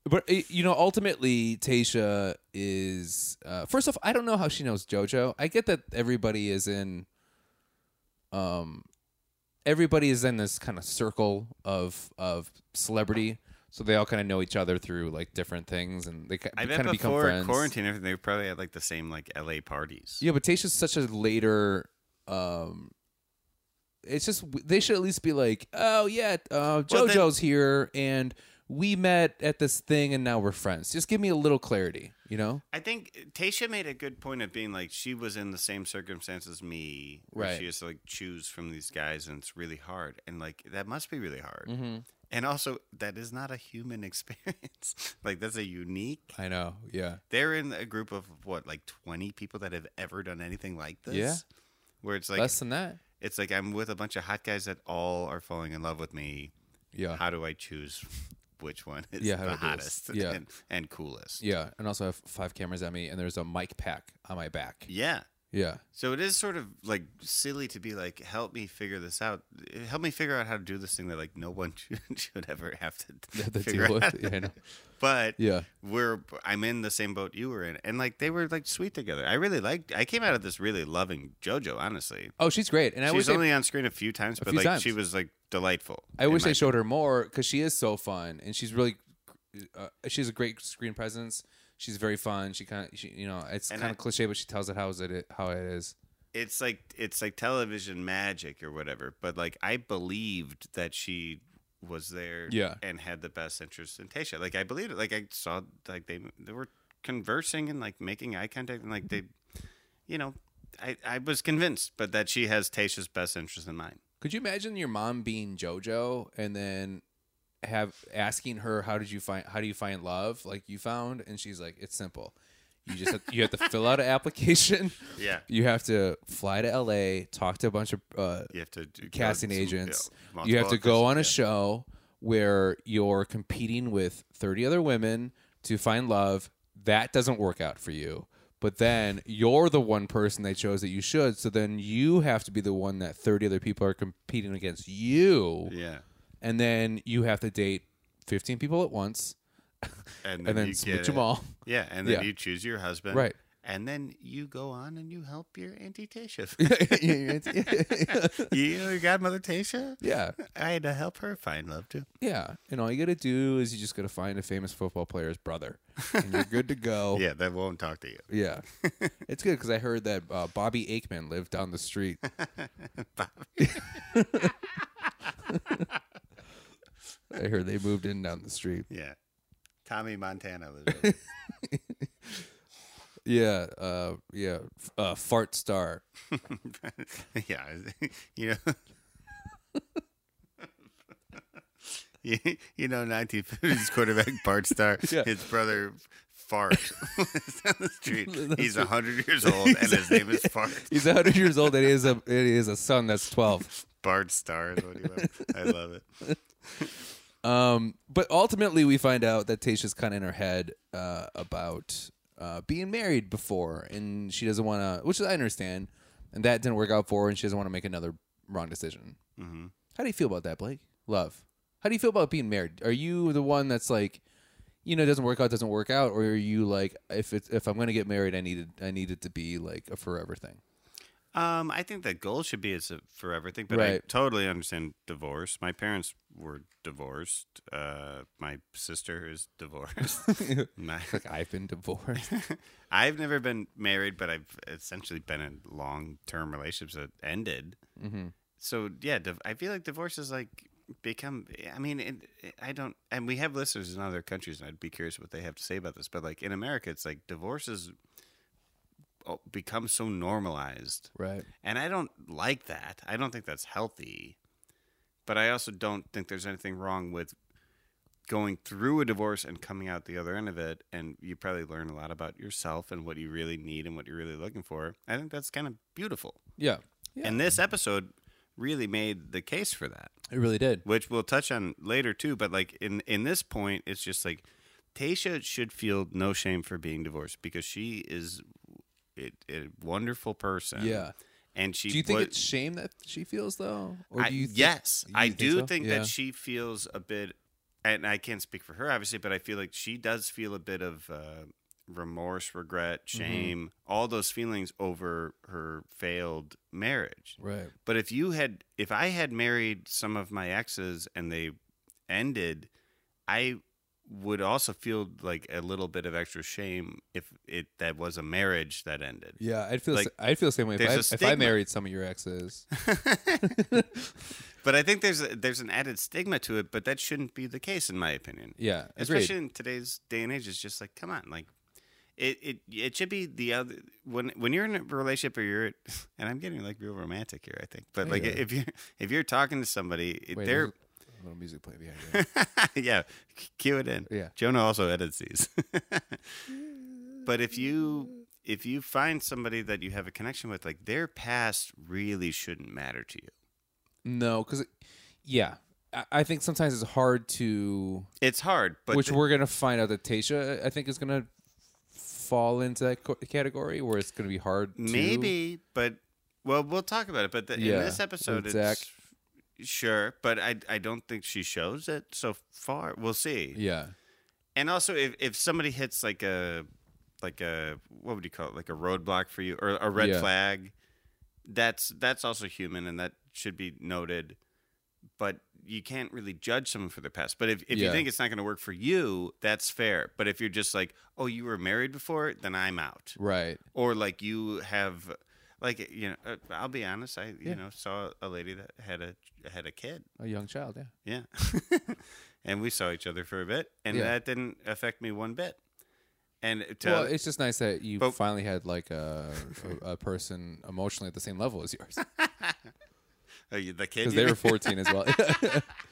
But uh, you know, ultimately, Tasha is uh, first off. I don't know how she knows JoJo. I get that everybody is in, um, everybody is in this kind of circle of of celebrity, so they all kind of know each other through like different things, and they I kind bet of become before friends. quarantine, everything they probably had like the same like LA parties. Yeah, but Tasha's such a later. um It's just they should at least be like, oh yeah, uh, Well, JoJo's then- here, and we met at this thing, and now we're friends. Just give me a little clarity, you know? I think Tasha made a good point of being like she was in the same circumstances as me. where Right. She has to like choose from these guys, and it's really hard. And like that must be really hard. Mm-hmm. And also, that is not a human *laughs* experience. like that's a unique. I know. Yeah. They're in a group of what, like twenty people that have ever done anything like this. Yeah. Where it's like Less than that. it's like I'm with a bunch of hot guys that all are falling in love with me. Yeah. How do I choose *laughs* which one is Yeah, how the do I do this? hottest *laughs* Yeah. and, and coolest? Yeah, and also I have five cameras at me, and there's a mic pack on my back. yeah. Yeah. *laughs* So it is sort of like silly to be like, help me figure this out. Eh, Help me figure out how to do this thing that like no one *laughs* should, should ever have to, The figure deal out. *laughs* with. *laughs* Yeah. I know. But Yeah. we're I'm in the same boat you were in, and like they were like sweet together. I really liked. I came out of this really loving JoJo. Honestly, Oh, she's great, and I she wish was they only on screen a few times, but few like times. she was like delightful. I in wish my- they showed her more because she is so fun and she's really, uh, she has a great screen presence. She's very fun. She kind of, she, you know, it's And kind I- of cliche, but she tells it how is it how it is. It's like it's like television magic or whatever. But like I believed that she was there. Yeah. and had the best interest in Tasha. Like I believed it. Like I saw like they they were conversing and like making eye contact and like they, you know, I I was convinced, but that she has Tasha's best interest in mind. Could you imagine your mom being JoJo and then have asking her how did you find how do you find love like you found and she's like it's simple. You just have, you have to fill out an *laughs* application. Yeah. You have to fly to L.A. talk to a bunch of uh, You have to do- go casting to some- agents. yeah, you have multiple to go on a auditions, show where you're competing with 30 other women to find love. That doesn't work out for you. But then you're the one person they chose that you should. So then you have to be the one that 30 other people are competing against you. yeah. Yeah. And then you have to date 15 people at once And then, and then you switch get them it. all. *laughs* Yeah, and then Yeah. you choose your husband. Right. And then you go on and you help your auntie Tasha. *laughs* yeah. you know your godmother Tasha? I had to help her find love too. Yeah. And all you got to do is you just got to find a famous football player's brother. And you're good to go. *laughs* Yeah, that won't talk to you. Yeah, it's good because I heard that uh, Bobby Aikman lived down the street. *laughs* I heard they moved in down the street. Yeah. Tommy Montana lives over Yeah, uh, yeah, f- uh, fart star. *laughs* yeah, *laughs* you know. You, you know, 1950s quarterback Bart Starr, Yeah. his brother Fart *laughs* lives down the street. He's 100 years old, and his name is Fart. He's hundred years old and he has a and he has a son that's twelve. Bart Starr is what he was. I love it. Um, but ultimately, we find out that Tasha's kind of in her head uh, about uh, being married before, and she doesn't want to, which I understand, and that didn't work out for her, and she doesn't want to make another wrong decision. Mm-hmm. How do you feel about that, Blake? Love. How do you feel about being married? Are you the one that's like, you know, it doesn't work out, doesn't work out, or are you like, if it's if I'm gonna get married, I needed I need it to be like a forever thing. Um, I think the goal should be it's a forever thing, but I Right. totally understand divorce. My parents were divorced. Uh, my sister is *laughs* divorced. my, *laughs* Like I've been *laughs* divorced. I've never been married, but I've essentially been in long-term relationships that ended. mm-hmm. So yeah, div- I feel like divorce is like become. I mean, it, it- I don't, and we have listeners in other countries, and I'd be curious what they have to say about this. But like in America, it's like divorce is oh, become so normalized Right. and I don't like that. I don't think that's healthy. But I also don't think there's anything wrong with going through a divorce and coming out the other end of it. And you probably learn a lot about yourself and what you really need and what you're really looking for. I think that's kind of beautiful. Yeah. Yeah. And this episode really made the case for that, It really did. which we'll touch on later too. But like in in this point, it's just like Tasha should feel no shame for being divorced because she is a, a wonderful person. Yeah. And she Do you think wa- it's shame that she feels though? I- do you think- yes, you I think do so? think Yeah. that she feels a bit, and I can't speak for her obviously, but I feel like she does feel a bit of uh, remorse, regret, Mm-hmm. shame, all those feelings over her failed marriage. Right. But if you had, if I had married some of my exes and they ended, I would also feel like a little bit of extra shame if it that was a marriage that ended. Yeah, I'd feel Like, sa- I'd feel the same way if there's I, if a I stigma. married some of your *laughs* exes. But I think there's a, there's an added stigma to it, but that shouldn't be the case in my opinion. Yeah, agreed. Especially in today's day and age, it's just like, come on, like it it, it should be the other when when you're in a relationship or you're *laughs* and I'm getting like real romantic here, I think. But Hey like there. if you if you're talking to somebody, it- Wait, they're there's a little music play behind *laughs* you. yeah, cue it in. Yeah. Jonah also edits these. *laughs* but if you if you find somebody that you have a connection with, like their past really shouldn't matter to you. no, because yeah, I, I think sometimes it's hard to, It's hard, but which the- we're gonna find out that Tasha, uh, I think, is gonna fall into that co- category where it's gonna be hard. to- maybe, but well, we'll talk about it. But the, Yeah, in this episode, with it's sure, but I I don't think she shows it so far. We'll see. yeah, And also, if if somebody hits like a like a what would you call it like a roadblock for you or a red Yeah. flag, that's that's also human and that should be noted. But you can't really judge someone for their past. But if, if Yeah. you think it's not going to work for you, that's fair. But if you're just like, oh, you were married before, then I'm out right. or like you have like you know uh, i'll be honest i you Yeah. know saw a lady that had a had a kid A young child. Yeah. *laughs* yeah and we saw each other for a bit and Yeah. that didn't affect me one bit and to, well, it's just nice that you But- finally had like a, a, a person emotionally at the same level as *laughs* yours uh, you- the kid because you they were 14 mean? as well. *laughs* *laughs*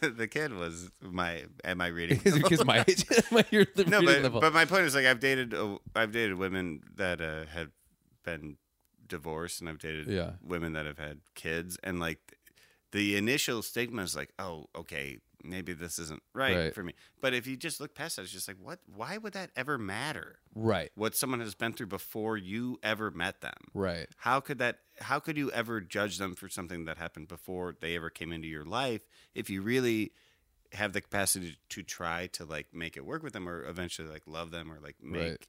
the, kid was my am *laughs* i reading Because because *laughs* my age, my year, the no reading but, level. but my point is like i've dated uh, i've dated women that uh, have been divorced and i've dated Yeah. women that have had kids and like th- the initial stigma is like oh okay maybe this isn't right, Right. for me but if you just look past that it's just like what why would that ever matter right, what someone has been through before you ever met them right. how could that how could you ever judge them for something that happened before they ever came into your life if you really have the capacity to try to like make it work with them or eventually like love them or like make Right.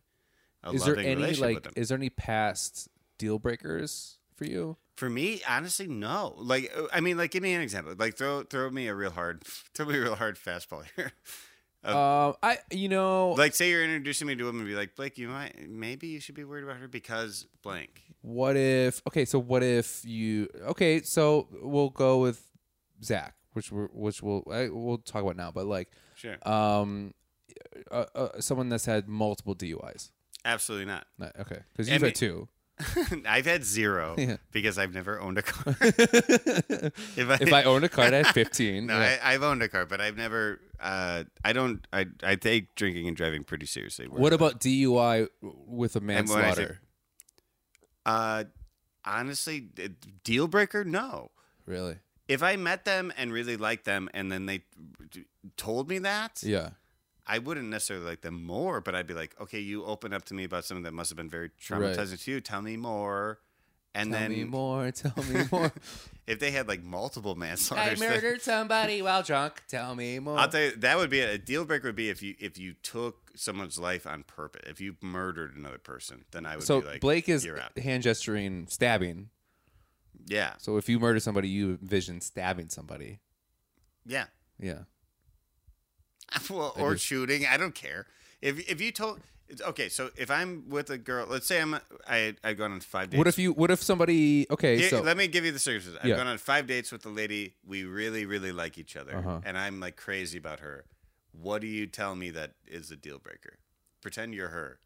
a is there loving any relationship like with them is there any past deal breakers for you for me honestly no like uh, i mean like give me an example like throw throw me a real hard *laughs* throw me a real hard fastball here um Uh, i you know *laughs* like say you're introducing me to a woman and be like blake you might maybe you should be worried about her because blank what if okay so what if you okay so we'll go with zach which we're which we'll I, we'll talk about now but like sure um uh, uh, someone that's had multiple duis absolutely not *laughs* Not- okay because I you've mean- had two i've had *laughs* zero *laughs* Yeah. because i've never owned a car *laughs* if if i, i owned a car at 15 *laughs* No, yeah. I, I've owned a car, but I've never. Uh, I don't. I I take drinking and driving pretty seriously. what about dui with a And when I say- manslaughter Uh, honestly, d- deal breaker? No. really If I met them and really liked them, and then they t- told me that, yeah I wouldn't necessarily like them more, but I'd be like, okay, you opened up to me about something that must have been very Right. traumatizing to you. Tell me more. And tell then me *laughs* more tell *laughs* me more if they had like multiple I manslaughters, then- murdered somebody while drunk. Tell me more. I'll tell you that would be a, a deal breaker would be if you if you took someone's life on purpose. If you murdered another person, then I would so be like Blake is you're out. hand gesturing stabbing. Yeah. So if you murder somebody, you envision stabbing somebody. Yeah. Yeah. *laughs* well, I or just- shooting, I don't care. If if you told it's- okay, so if I'm with a girl, let's say I'm I I've gone on 5 dates. What if you? What if somebody? Okay. Here- so let me give you the circumstances. I've Yeah. gone on 5 dates with a lady we really really like each other Uh-huh. and I'm like crazy about her. What do you tell me that *laughs* is a deal *laughs* breaker? Pretend you're her.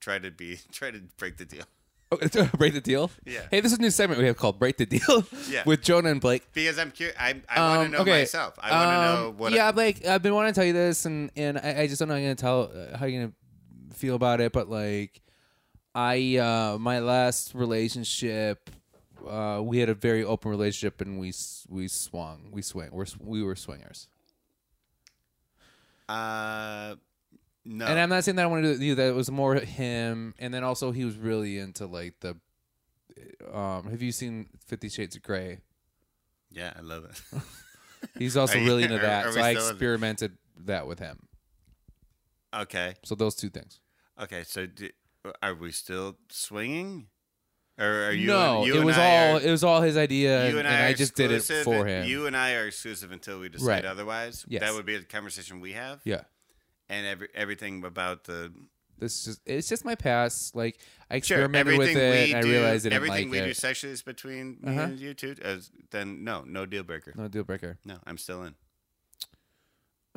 Try to be try to break the deal. *laughs* Okay, break the deal. Yeah. Hey, this is a new segment we have called "Break the Deal" *laughs* Yeah. with Jonah and Blake. Because I'm curious. I, I want Um, to know okay. myself. I want to Um, know what. Yeah, Blake, I've been wanting to tell you this, and and I, I just don't know how you're gonna tell uh, how you're gonna feel about it, but like, I uh my last relationship, uh, we had a very open relationship, and we s- we swung, we swing, we're s- we were swingers. Uh, no. And I'm not saying that I wanted to do that. It was more him, and then also he was really into like the. Um, have you seen Fifty Shades of Grey? yeah, I love it. *laughs* He's also Are you- *laughs* really into are- that, are so we I still in- experimented that with him. okay. So those two things. Okay. So, do, are we still swinging? Or are you? no, you it and was I all Are, it was all his idea, you and, and and I, I are just did it exclusive, for and him. You and I are exclusive until we decide Right. otherwise. Yes. That would be a conversation we have. yeah, And every, everything about the this is just it's just my past. Like I Sure, experimented with everything it, we and I do- realized I didn't everything like we do it. sexually is between me Uh-huh. and you two. As, then no, no deal breaker. No deal breaker. No, I'm still in.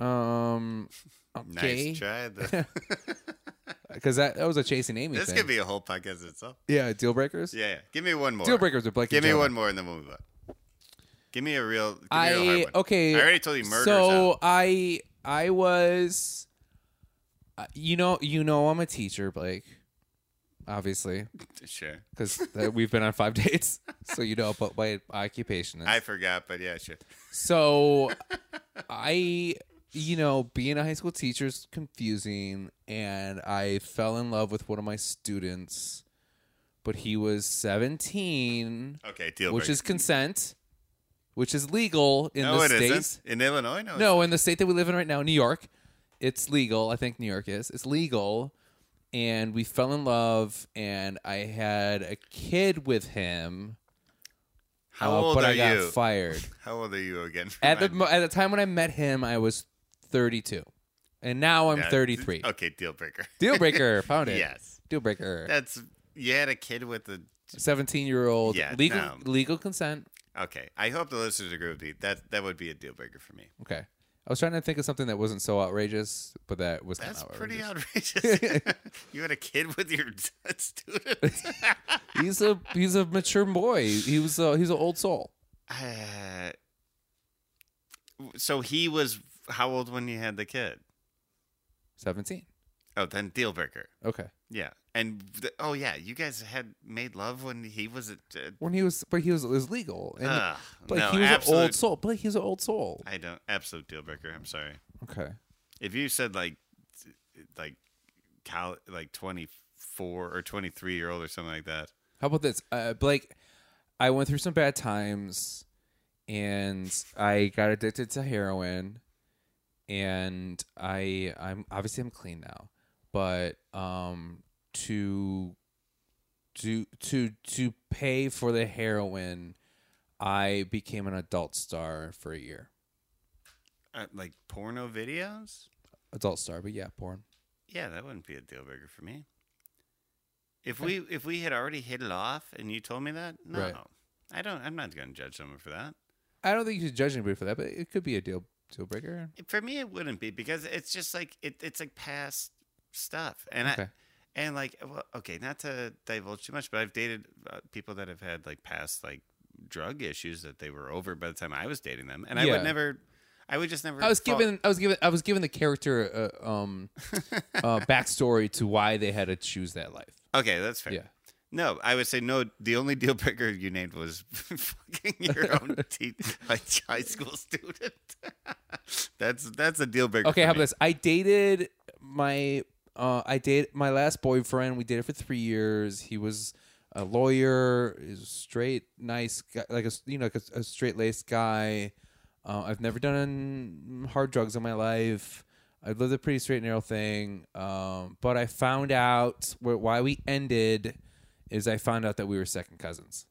Um, *laughs* Nice okay, try. Though. because that, that was a chasing Amy this thing. could be a whole podcast itself. yeah, deal breakers. Yeah, yeah. Give me one more. Deal breakers with Blake. Give and me Jonah. one more, and then we'll move on. Give me a real. Give me a real I hard one. okay. I already told you murder. So I I was, uh, you know, you know, I'm a teacher, Blake. Obviously, sure. *laughs* because we've been on five *laughs* dates, so you know. But my occupation is I forgot, but yeah, sure. so I, you know, being a high school teacher is confusing, and I fell in love with one of my students, but he was 17, Okay, deal which breaker. is consent, which is legal in no, the it states. not in Illinois. No, No, in the state that we live in right now, New York, it's legal. I think New York is. It's legal. And we fell in love, and I had a kid with him. it's- How uh, old but are I got you? *laughs* fired. How old are you again? *laughs* *laughs* At the Remind mo- me. at the time when I met him, I was 32, and now I'm Yeah, 33. Okay, deal breaker. Deal *laughs* breaker, found it. Yes, Deal breaker. that's you had a kid with a. 17 year old Yeah, legal no. legal consent. Okay, I hope the listeners agree with me. That that would be a deal breaker for me. Okay, I was trying to think of something that wasn't so outrageous, but that was kind That's of pretty outrageous. *laughs* outrageous. *laughs* you had a kid with your *laughs* student. He's a he's a mature boy. He was a, he's an old soul. Uh, so he was how old when you had the kid? 17. Oh, then deal breaker. Okay, Yeah, and th- oh yeah, you guys had made love when he was. A, when he was but he was it was legal. uh, And uh, Blake, no, he was absolute, an old soul. Blake, he's an old soul. I don't absolute deal breaker. I'm sorry. Okay, If you said like, t- like, cal like 24 or 23 year old or something like that. How about this, uh, Blake? I went through some bad times, and I got addicted to heroin, and I I'm obviously I'm clean now, but um to to to to pay for the heroin, I became an adult star for a year. Uh, like porno videos. Adult star, but yeah, porn. Yeah, that wouldn't be a deal breaker for me. If we if we had already hit it off and you told me that, no, Right. I don't. I'm not going to judge someone for that. I don't think you should judge anybody for that, but it could be a deal deal breaker. For me, it wouldn't be because it's just like it, it's like past stuff, and I Okay. and like well, okay, not to divulge too much, but I've dated uh, people that have had like past like drug issues that they were over by the time I was dating them, and I Yeah. would never. I would just never. I was fall- given I was given I was given the character uh, um uh, backstory to why they had to choose that life. Okay, that's fair. Yeah. No, I would say no. The only deal breaker you named was *laughs* fucking your *laughs* own te- like high school student. *laughs* that's that's a deal breaker. Okay, for how about me. this? I dated my uh I dated my last boyfriend. We dated for 3 years. He was a lawyer, is straight, nice guy, like a you know, like a, a straight-laced guy. Uh, I've never done hard drugs in my life. I lived a pretty straight and narrow thing. Um, but I found out wh- why we ended is I found out that we were second cousins.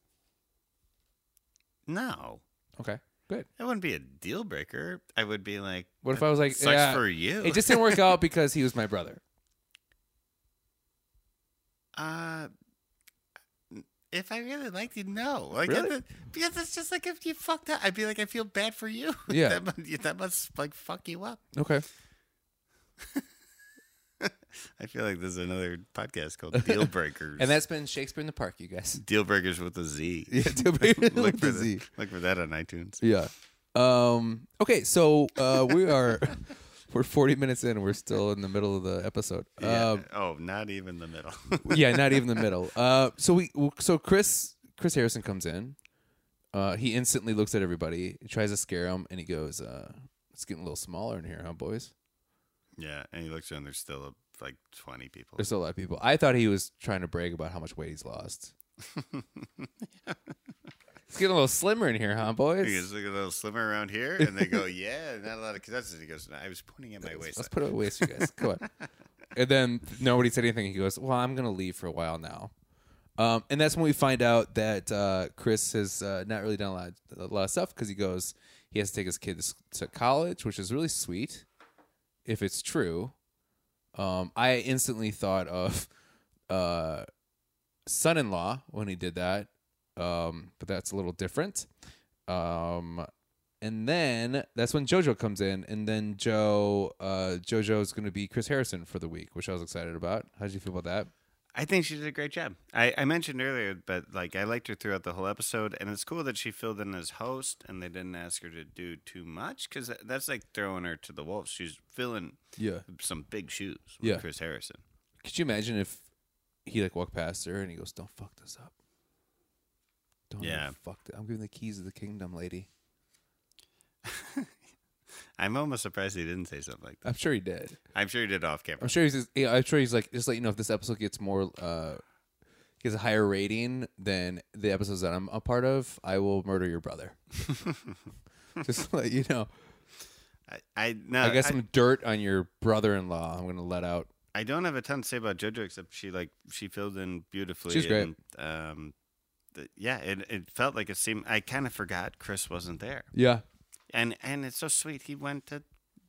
No, Okay, good. that wouldn't be a deal breaker. I would be like, What if I was like, sucks yeah, for you? It just didn't work out because he was my brother. uh, if I really liked you, no, like Really? it- because it's just like if you fucked up, I'd be like, I feel bad for you. *laughs* Yeah. that must, that must like fuck you up. Okay. I feel like there's another podcast called *laughs* Deal Breakers. And that's been Shakespeare in the Park, you *laughs* guys. Deal Breakers with a Z. *laughs* Yeah, Deal Breakers *laughs* look with *laughs* for a the- Z. Look for that on iTunes. Yeah. Um, okay, so uh, we are *laughs* we're 40 minutes in. We're still in the middle of the episode. Yeah. Uh, oh, not even the middle. *laughs* yeah, not even the middle. Uh, so we so Chris Chris Harrison comes in. Uh, he instantly looks at everybody, tries to scare him, and he goes, uh, "It's getting a little smaller in here, huh, boys?" yeah, and he looks around. There's still uh, like 20 people. There's still a lot of people. I thought he was trying to brag about how much weight he's *laughs* lost. it's getting a little slimmer in here, huh, boys? He goes, look at those slimmer around here, and they *laughs* go, "Yeah, not a lot of contestants." He goes, no, "I was pointing at my Let's- waist." Let's put it away, you guys. Come on. And then nobody said anything. He goes, "Well, I'm gonna leave for a while now." Um, and that's when we find out that uh, Chris has uh, not really done a lot, a lot of stuff because he goes, he has to take his kids to college, which is really sweet, if it's true. Um, I instantly thought of uh, son-in-law when he did that, um, but that's a little different. Um, and then that's when JoJo comes in, and then Joe uh, JoJo is going to be Chris Harrison for the week, which I was excited about. How did you feel about that? I think she did a great job. I, I mentioned earlier, but like I liked her throughout the whole episode, and it's cool that she filled in as host, and they didn't ask her to do too much because that's like throwing her to the wolves. She's filling Yeah. some big shoes with Yeah. Chris Harrison. Could you imagine if he like walked past her and he goes, "Don't fuck this up." Don't you Yeah. fuck. Th- I'm giving the keys of the kingdom, lady. I'm almost surprised he didn't say something like that. I'm sure he did. I'm sure he did off camera. I'm sure he's. Just, yeah, I'm sure he's like just let you know if this episode gets more. uh Gets a higher rating than the episodes that I'm a part of. I will murder your brother. *laughs* just let you know. I, I no, I got I, some dirt on your brother-in-law. I'm gonna let out. I don't have a ton to say about JoJo except she like she filled in beautifully. She's great. And, um, th- yeah, it, it felt like it seemed. I kind of forgot Chris wasn't there, Yeah, and and it's so sweet. He went to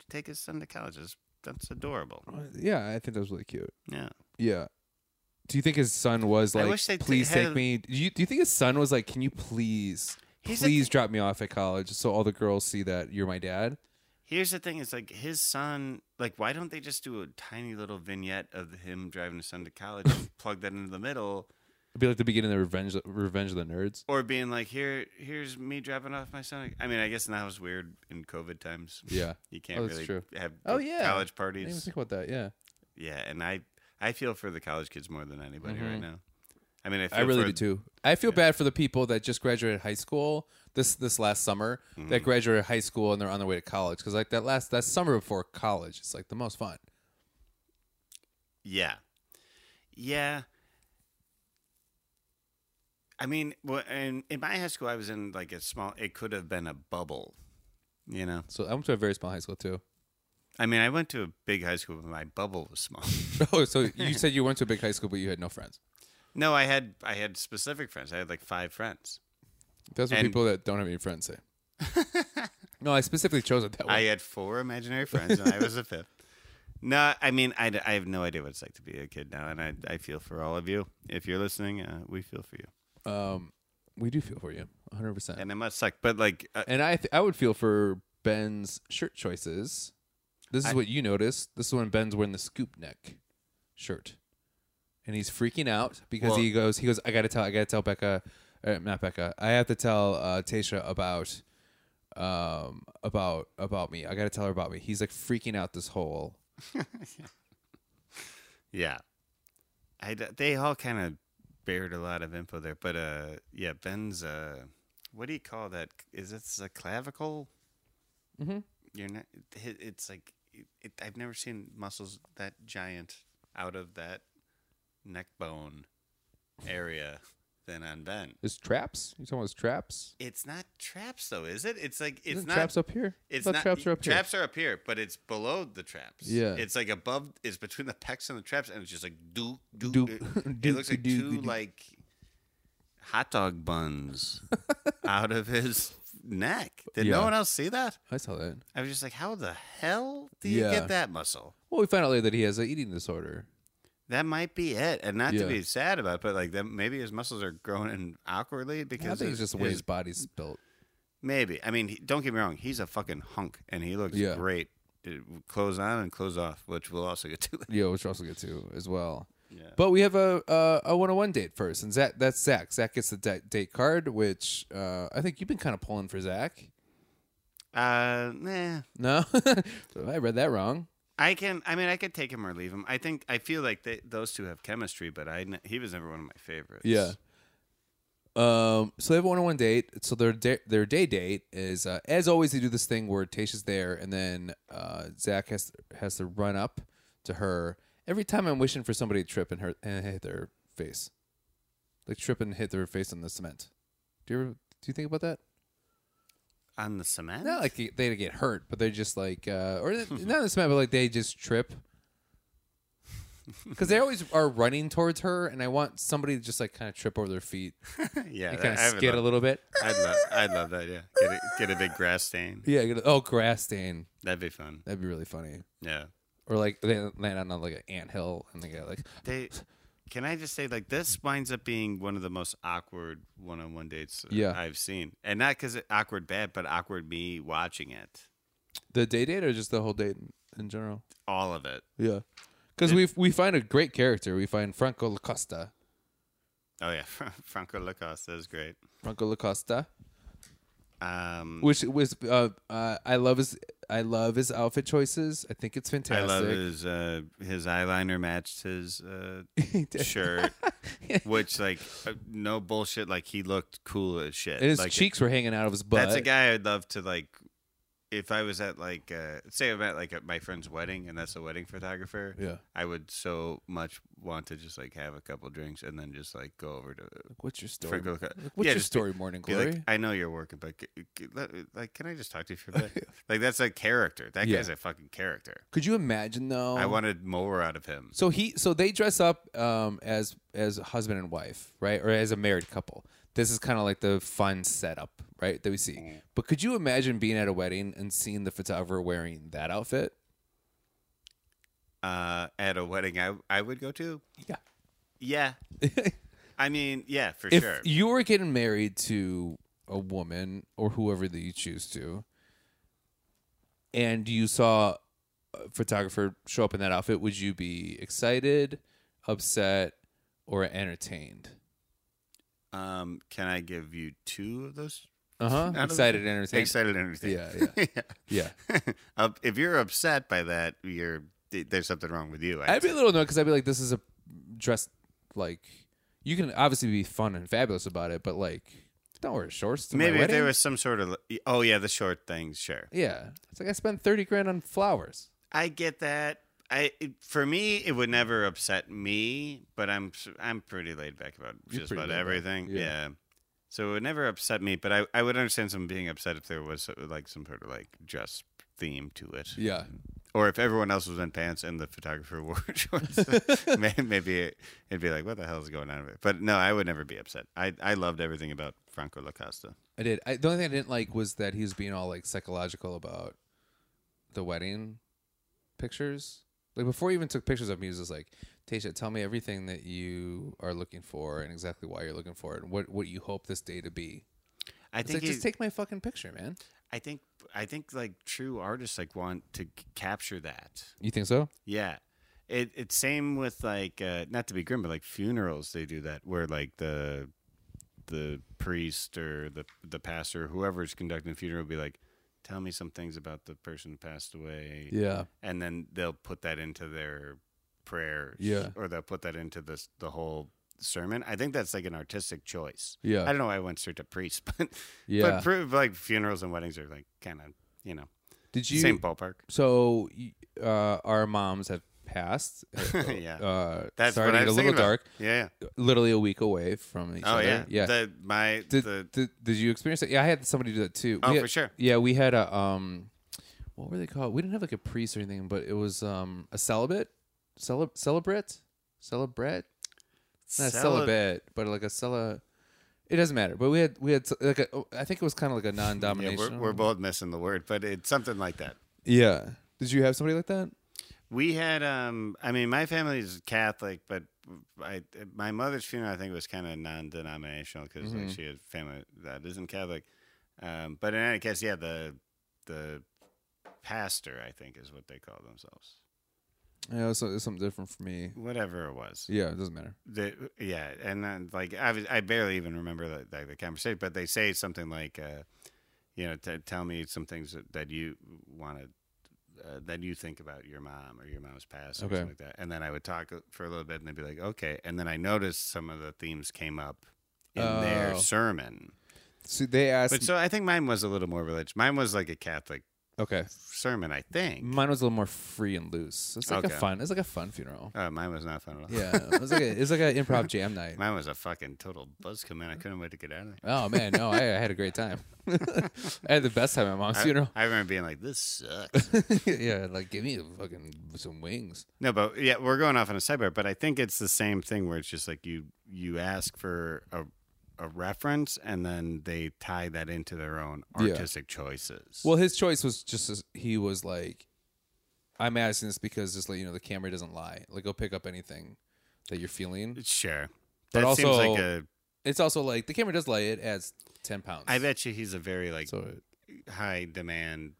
take his son to college. It's- That's adorable. yeah. I think that was really cute. Yeah, Yeah. Do you think his son was I like, wish they t- please had take a- me? Do you, do you think his son was like, can you please, He's a- please drop me off at college so all the girls see that you're my dad? here's the thing: it's like his son. Like, why don't they just do a tiny little vignette of him driving his son to college *laughs* and plug that into the middle? It'd be like the beginning of the Revenge, Revenge of the Nerds. or being like, here, here's me dropping off my son. I mean, I guess that was weird in COVID times. Yeah. you can't Oh, that's really true. have Oh, yeah. college I didn't even parties. think about that. Yeah. Yeah, and I, I feel for the college kids more than anybody right now. I mean, I, feel Mm-hmm. I really for, do too. I feel bad for the people that just graduated high school this this last summer Mm-hmm. that graduated high school and they're on their way to college because like that last that summer before college it's like the most fun. Yeah, yeah. I mean, well, in, in my high school, I was in like a small. It could have been a bubble, you know. So I went to a very small high school too. *laughs* I mean, I went to a big high school, but my bubble was small. *laughs* Oh, so you said you went to a big high school but you had no friends. no, I had I had specific friends. I had like five friends. That's what And- people that don't have any friends say. *laughs* no, I specifically chose it that I way. had four imaginary friends, and I was *laughs* the fifth. No, I mean, I, I have no idea what it's like to be a kid now, and I, I feel for all of you. If you're listening, uh, we feel for you, um, we do feel for you, 100. percent and it must suck. But like, uh, And I, th- I would feel for Ben's shirt choices. This is I- what you noticed. This is when Ben's wearing the scoop neck shirt, and he's freaking out because Well- he goes, he goes, I gotta tell, I gotta tell Becca, uh, not Becca, I have to tell uh, Tasha about, um, about about me. I gotta tell her about me. He's like freaking out this whole. yeah, I d- they all kind of bared a lot of info there, but uh, yeah, Ben's uh, what do you call that? Is it a clavicle? Mhm. You're not. It, it's like it, it, I've never seen muscles that giant out of that neck bone area than on Ben. His traps? You talking about his traps? It's not traps though, is it? It's like it's Isn't not. traps up here. it's I not, thought traps are up here. Traps are up here, but it's below the traps. Yeah. it's like above. It's between the pecs and the traps, and it's just like do do. Doop, *laughs* do. It doop, looks like doop, two doop. like hot *laughs* dog buns out of his neck. Did Yeah. no one else see that? I saw that. I was just like, how the hell do you Yeah. get that muscle? Well, we found out later that he has an eating disorder. That might be it, and not Yeah. to be sad about, it, but like that maybe his muscles are growing in awkwardly I because think it's his- just the way his his body's built. Maybe. I mean, he- don't get me wrong. He's a fucking hunk, and he looks Yeah. great it- clothes on and clothes off, which we'll also get to. Later. Yeah, which we'll also get to as well. Yeah. But we have a a, a 101 date first, and Zach, that's Zach. Zach gets the da- date card, which uh, I think you've been kind of pulling for Zach. Uh, nah. No, *laughs* I read that wrong. I can. I mean, I could take him or leave him. I think. I feel like they, those two have chemistry, but I n- he was never one of my favorites. Yeah. Um, so they have a one-on-one date. So their da- their day date is, uh, as always, they do this thing where Tasha's there, and then uh, Zach has has to run up to her. Every time I'm wishing for somebody to trip and hurt and hit their face, like trip and hit their face on the cement. Do you ever, do you think about that? On the cement. Not like they- they get hurt, but they're just like, uh, or not on the cement, but like they just trip. Because they always are running towards her, and I want somebody to just like kind of trip over their feet *laughs* yeah. and kind I of would skid a love- little bit. I'd love. I'd love that. Yeah. Get a, get a big grass stain. Yeah. you gotta- Oh, grass stain. That'd be fun. That'd be really funny. Yeah. Or like they land on like an ant hill and they get like, They. Can I just say, like, this winds up being one of the most awkward one-on-one dates Yeah. I've seen, and not because awkward bad, but awkward me watching it, the day date or just the whole date in, in general. all of it. Yeah. Because we we find a great character. We find Franco Lacosta. Oh yeah, *laughs* Franco Lacosta is great. Franco Lacosta, Um, which was uh, uh I love his I love his outfit choices. I think it's I fantastic. love his uh, his eyeliner matched his uh, *laughs* He did. shirt, which like uh, no bullshit, like he looked cool as shit. And his like, cheeks were hanging out of his butt. That's a guy I'd love to like. If I was at like uh, say I'm at like at my friend's wedding and that's a wedding photographer, Yeah. I would so much want to just like have a couple drinks and then just like go over to What's your story? Franco. Lacosta. What's yeah, your just be- story, Morning Be Glory? like, I know you're working, but c- c- let- like, can I just talk to *laughs* you for a bit? like, that's a character. That Yeah. Um, guy's a fucking character. Could you imagine though? I wanted more out of him. So he, so they dress up um, as as husband and wife, right, or as a married couple. This is kind of like the fun setup, right, that we see. Mm. But could you imagine being at a wedding and seeing the photographer wearing that outfit? Uh, at a wedding, I I would go to. Yeah. *laughs* Yeah, I mean, yeah, for if sure. you were getting married to a woman or whoever that you choose to, and you saw a photographer show up in that outfit, would you be excited, upset, or entertained? um, can I give you two of those? Uh huh. Out of- Excited, and entertained. Excited and everything. Yeah, *laughs* yeah. yeah. Up- if you're upset by that, you're th- there's something wrong with you. I I'd be a little annoyed because I'd be like, this is a dress like you can obviously be fun and fabulous about it, but like don't wear shorts. To Maybe my if there wedding. was some sort of oh yeah, the short things, sure. yeah. It's like I spent thirty grand on flowers. I get that. I it, for me, it would never upset me, but I'm s- I'm pretty laid back about You're just pretty about laid back, everything. yeah. Yeah. So it would never upset me, but I, I would understand someone being upset if there was uh, like some sort of like dress theme to it, Yeah, or if everyone else was in pants and the photographer *laughs* wore shorts. *laughs* may- maybe it, it'd be like, what the hell is going on? But no, I would never be upset. I I loved everything about Franco Lacosta. I did. I, the only thing I didn't like was that he was being all like psychological about the wedding pictures. Like before he even took pictures of me, he was just like, Tasha, tell me everything that you are looking for and exactly why you're looking for it and what, what you hope this day to be. I It's think like, he- just take my fucking picture, man. I think I think like true artists like want to c- capture that. You think so? Yeah. It it's same with like uh, not to be grim, but like funerals they do that where like the the priest or the the pastor, whoever's conducting the funeral will be like, Tell me some things about the person who passed away Yeah. and then they'll put that into their prayers. Yeah. Or they'll put that into this the whole sermon. I think that's like an artistic choice. Yeah. I don't know why I went straight to priest, *laughs* but Yeah. but pr- like funerals and weddings are like kind of you know Did you same ballpark. So y- uh, our moms have *laughs* passed. Uh, Yeah. uh, That's starting what to I get a little was thinking about. dark. Yeah. yeah. Literally a week away from each Oh other. yeah, yeah. The, my did, the did, did you experience it? Yeah, I had somebody do that too. Oh, We had- for sure. Yeah, we had a um, what were they called? We didn't have like a priest or anything, but it was um a celibate, celib celebrate, celebrate, not cele- a celibate, but like a cele. It doesn't matter. But we had we had like a, I think it was kind of like a *laughs* Yeah, non-domination. we're, we're both missing the word, but it's something like that. yeah. Did you have somebody like that? We had, um, I mean, my family is Catholic, but I, my mother's funeral, I think, was kind of non-denominational because like she had family that isn't Catholic. Um, but in any case, yeah, the the pastor, I think, is what they call themselves. Yeah, so it's something different for me. Whatever it was. Yeah, it doesn't matter. The, yeah, and then like I, was, I barely even remember the, the, the conversation, but they say something like, uh, you know, t- tell me some things that, that you want to. Uh, that you think about your mom or your mom's past or Okay. something like that, and then I would talk for a little bit, and they'd be like, "Okay," and then I noticed some of the themes came up in their Oh. sermon. So they asked. But so I think mine was a little more religious. Mine was like a Catholic okay, sermon, I think. mine was a little more free and loose. It's like a Okay. fun. It's like a fun *laughs* funeral. Uh, mine was not fun at all. Yeah, it was like a, it was like an improv jam night. Mine was a fucking total buzzkill, man. I couldn't wait to get out of there. Oh man, no, I, I had a great time. *laughs* I had the best time at my mom's I, funeral. *laughs* I remember being like, "This sucks." yeah, like give me a fucking some wings. no, but yeah, we're going off on a sidebar. But I think it's the same thing where it's just like you you ask for a a reference, and then they tie that into their own Yeah. artistic choices. Well, his choice was just as he was like, I'm asking this because just like you know the camera doesn't lie. Like go pick up anything that you're feeling. sure. But That seems also- like a. It's also like the camera does lie. It adds ten pounds. I bet you he's a very like So high demand,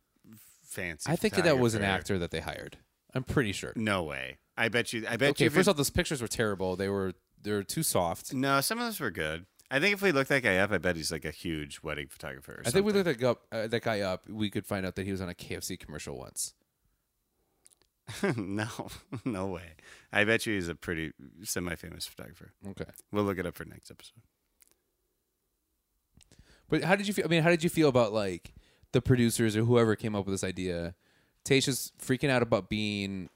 fancy. I think that was an photographer. actor that they hired. I'm pretty sure. No way. I bet you. I bet Okay, you. if first it- off, those pictures were terrible. They were they were too soft. no, some of those were good. I think if we look that guy up, I bet he's like a huge wedding photographer. Or I think we something. looked *laughs* that guy, up, uh, that guy up. We could find out that he was on a KFC commercial once. no, *laughs* no way. I bet you he's a pretty semi-famous photographer. Okay, We'll look it up for next episode. but how did you feel? I mean, how did you feel about like the producers or whoever came up with this idea? Tasha's freaking out about being,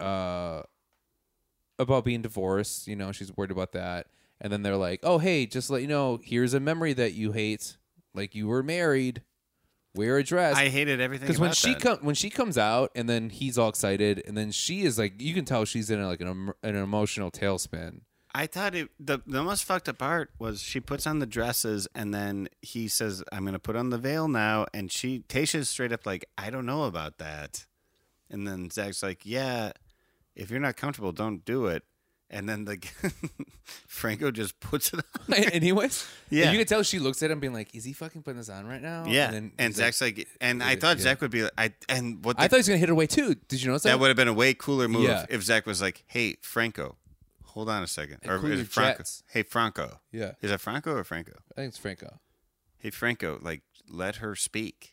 uh, about being divorced. You know, she's worried about that. And then they're like, "Oh, hey, just to let you know, here's a memory that you hate. Like you were married. Wear a dress. I hated everything because about when she that. come when she comes out and then he's all excited and then she is like you can tell she's in like an, em- an emotional tailspin *laughs* I thought it, the the most fucked up part was she puts on the dresses and then he says, "I'm gonna put on the veil now," and she Tasha's straight up like, "I don't know about that," and then Zach's like, "Yeah, if you're not comfortable, don't do it." And then the *laughs* Franco just puts it on. anyways Yeah. and you can tell she looks at him being like is he fucking putting this on right now Yeah, Oh. and and, then he's like- Zach's like, and I Yeah. thought Zach would be like, I and what the, I thought he was gonna hit her away too did you notice that, that would have been a way cooler move Yeah. if Zach was like, hey Franco, hold on a second, or cool is your it Franco? jets. Hey Franco, yeah is it Franco or Franco? I think it's Franco Hey Franco, like let her speak.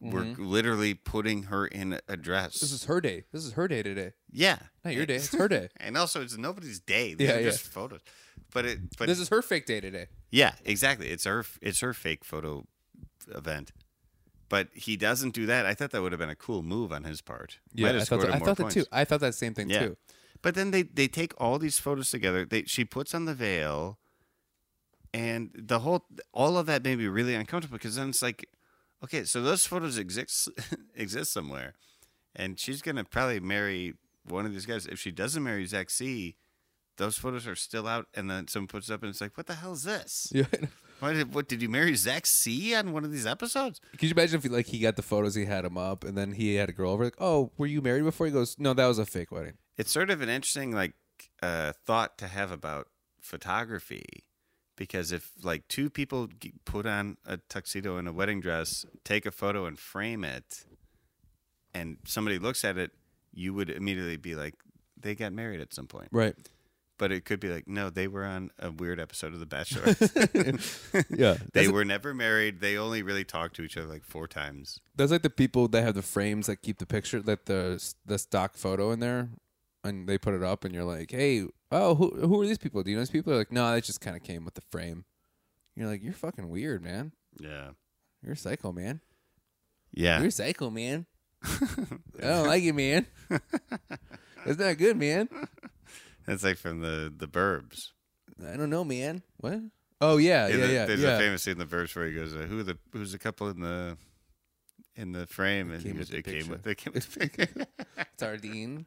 We're literally putting her in a dress. Mm-hmm. this is her day this is her day today yeah, not your day it's her day and also it's nobody's day. These Yeah, are yeah. just photos. But it, *laughs* but this is her fake day today Yeah, exactly. It's her it's her fake photo event. But he doesn't do that. I thought that would have been a cool move on his part. Might have I thought, scored that, him I more thought that points. too I thought that same thing Yeah. too *laughs* But then they they take all these photos together. They she puts on the veil and the whole all of that made me really uncomfortable because then it's like okay, so those photos exist *laughs* exist somewhere. And she's going to probably marry one of these guys. If she doesn't marry Zach C, those photos are still out and then someone puts it up and it's like, "What the hell is this?" yeah could Why did, what did you marry Zach C on one of these episodes? you imagine if he, like he got the photos he had him up and then he had a girl over like oh were you married before he goes no that was a fake wedding It's sort of an interesting like uh, thought to have about photography because if like two people g- put on a tuxedo and a wedding dress, take a photo and frame it, and somebody looks at it, you would immediately be like, they got married at some point. right But it could be like, no, they were on a weird episode of The Bachelor. *laughs* yeah they were never married. They only really talked to each other like four times. That's like the people that have the frames that keep the picture, that the the stock photo in there, and they put it up, and you're like, hey, oh, who who are these people? Do you know these people? They're like, no, that just kind of came with the frame. You're like, you're fucking weird, man. Yeah. You're a psycho, man. Yeah. You're a psycho, man. I don't like it, man. That's not good, man. That's like from the the Burbs. I don't know, man. What? Oh yeah, In yeah, the- yeah, There's yeah. a famous scene in the verse where he goes, uh, "Who are the who's the couple in the in the frame?" and he came goes, with "It the came with it came *laughs* with the picture." *laughs* Sardine,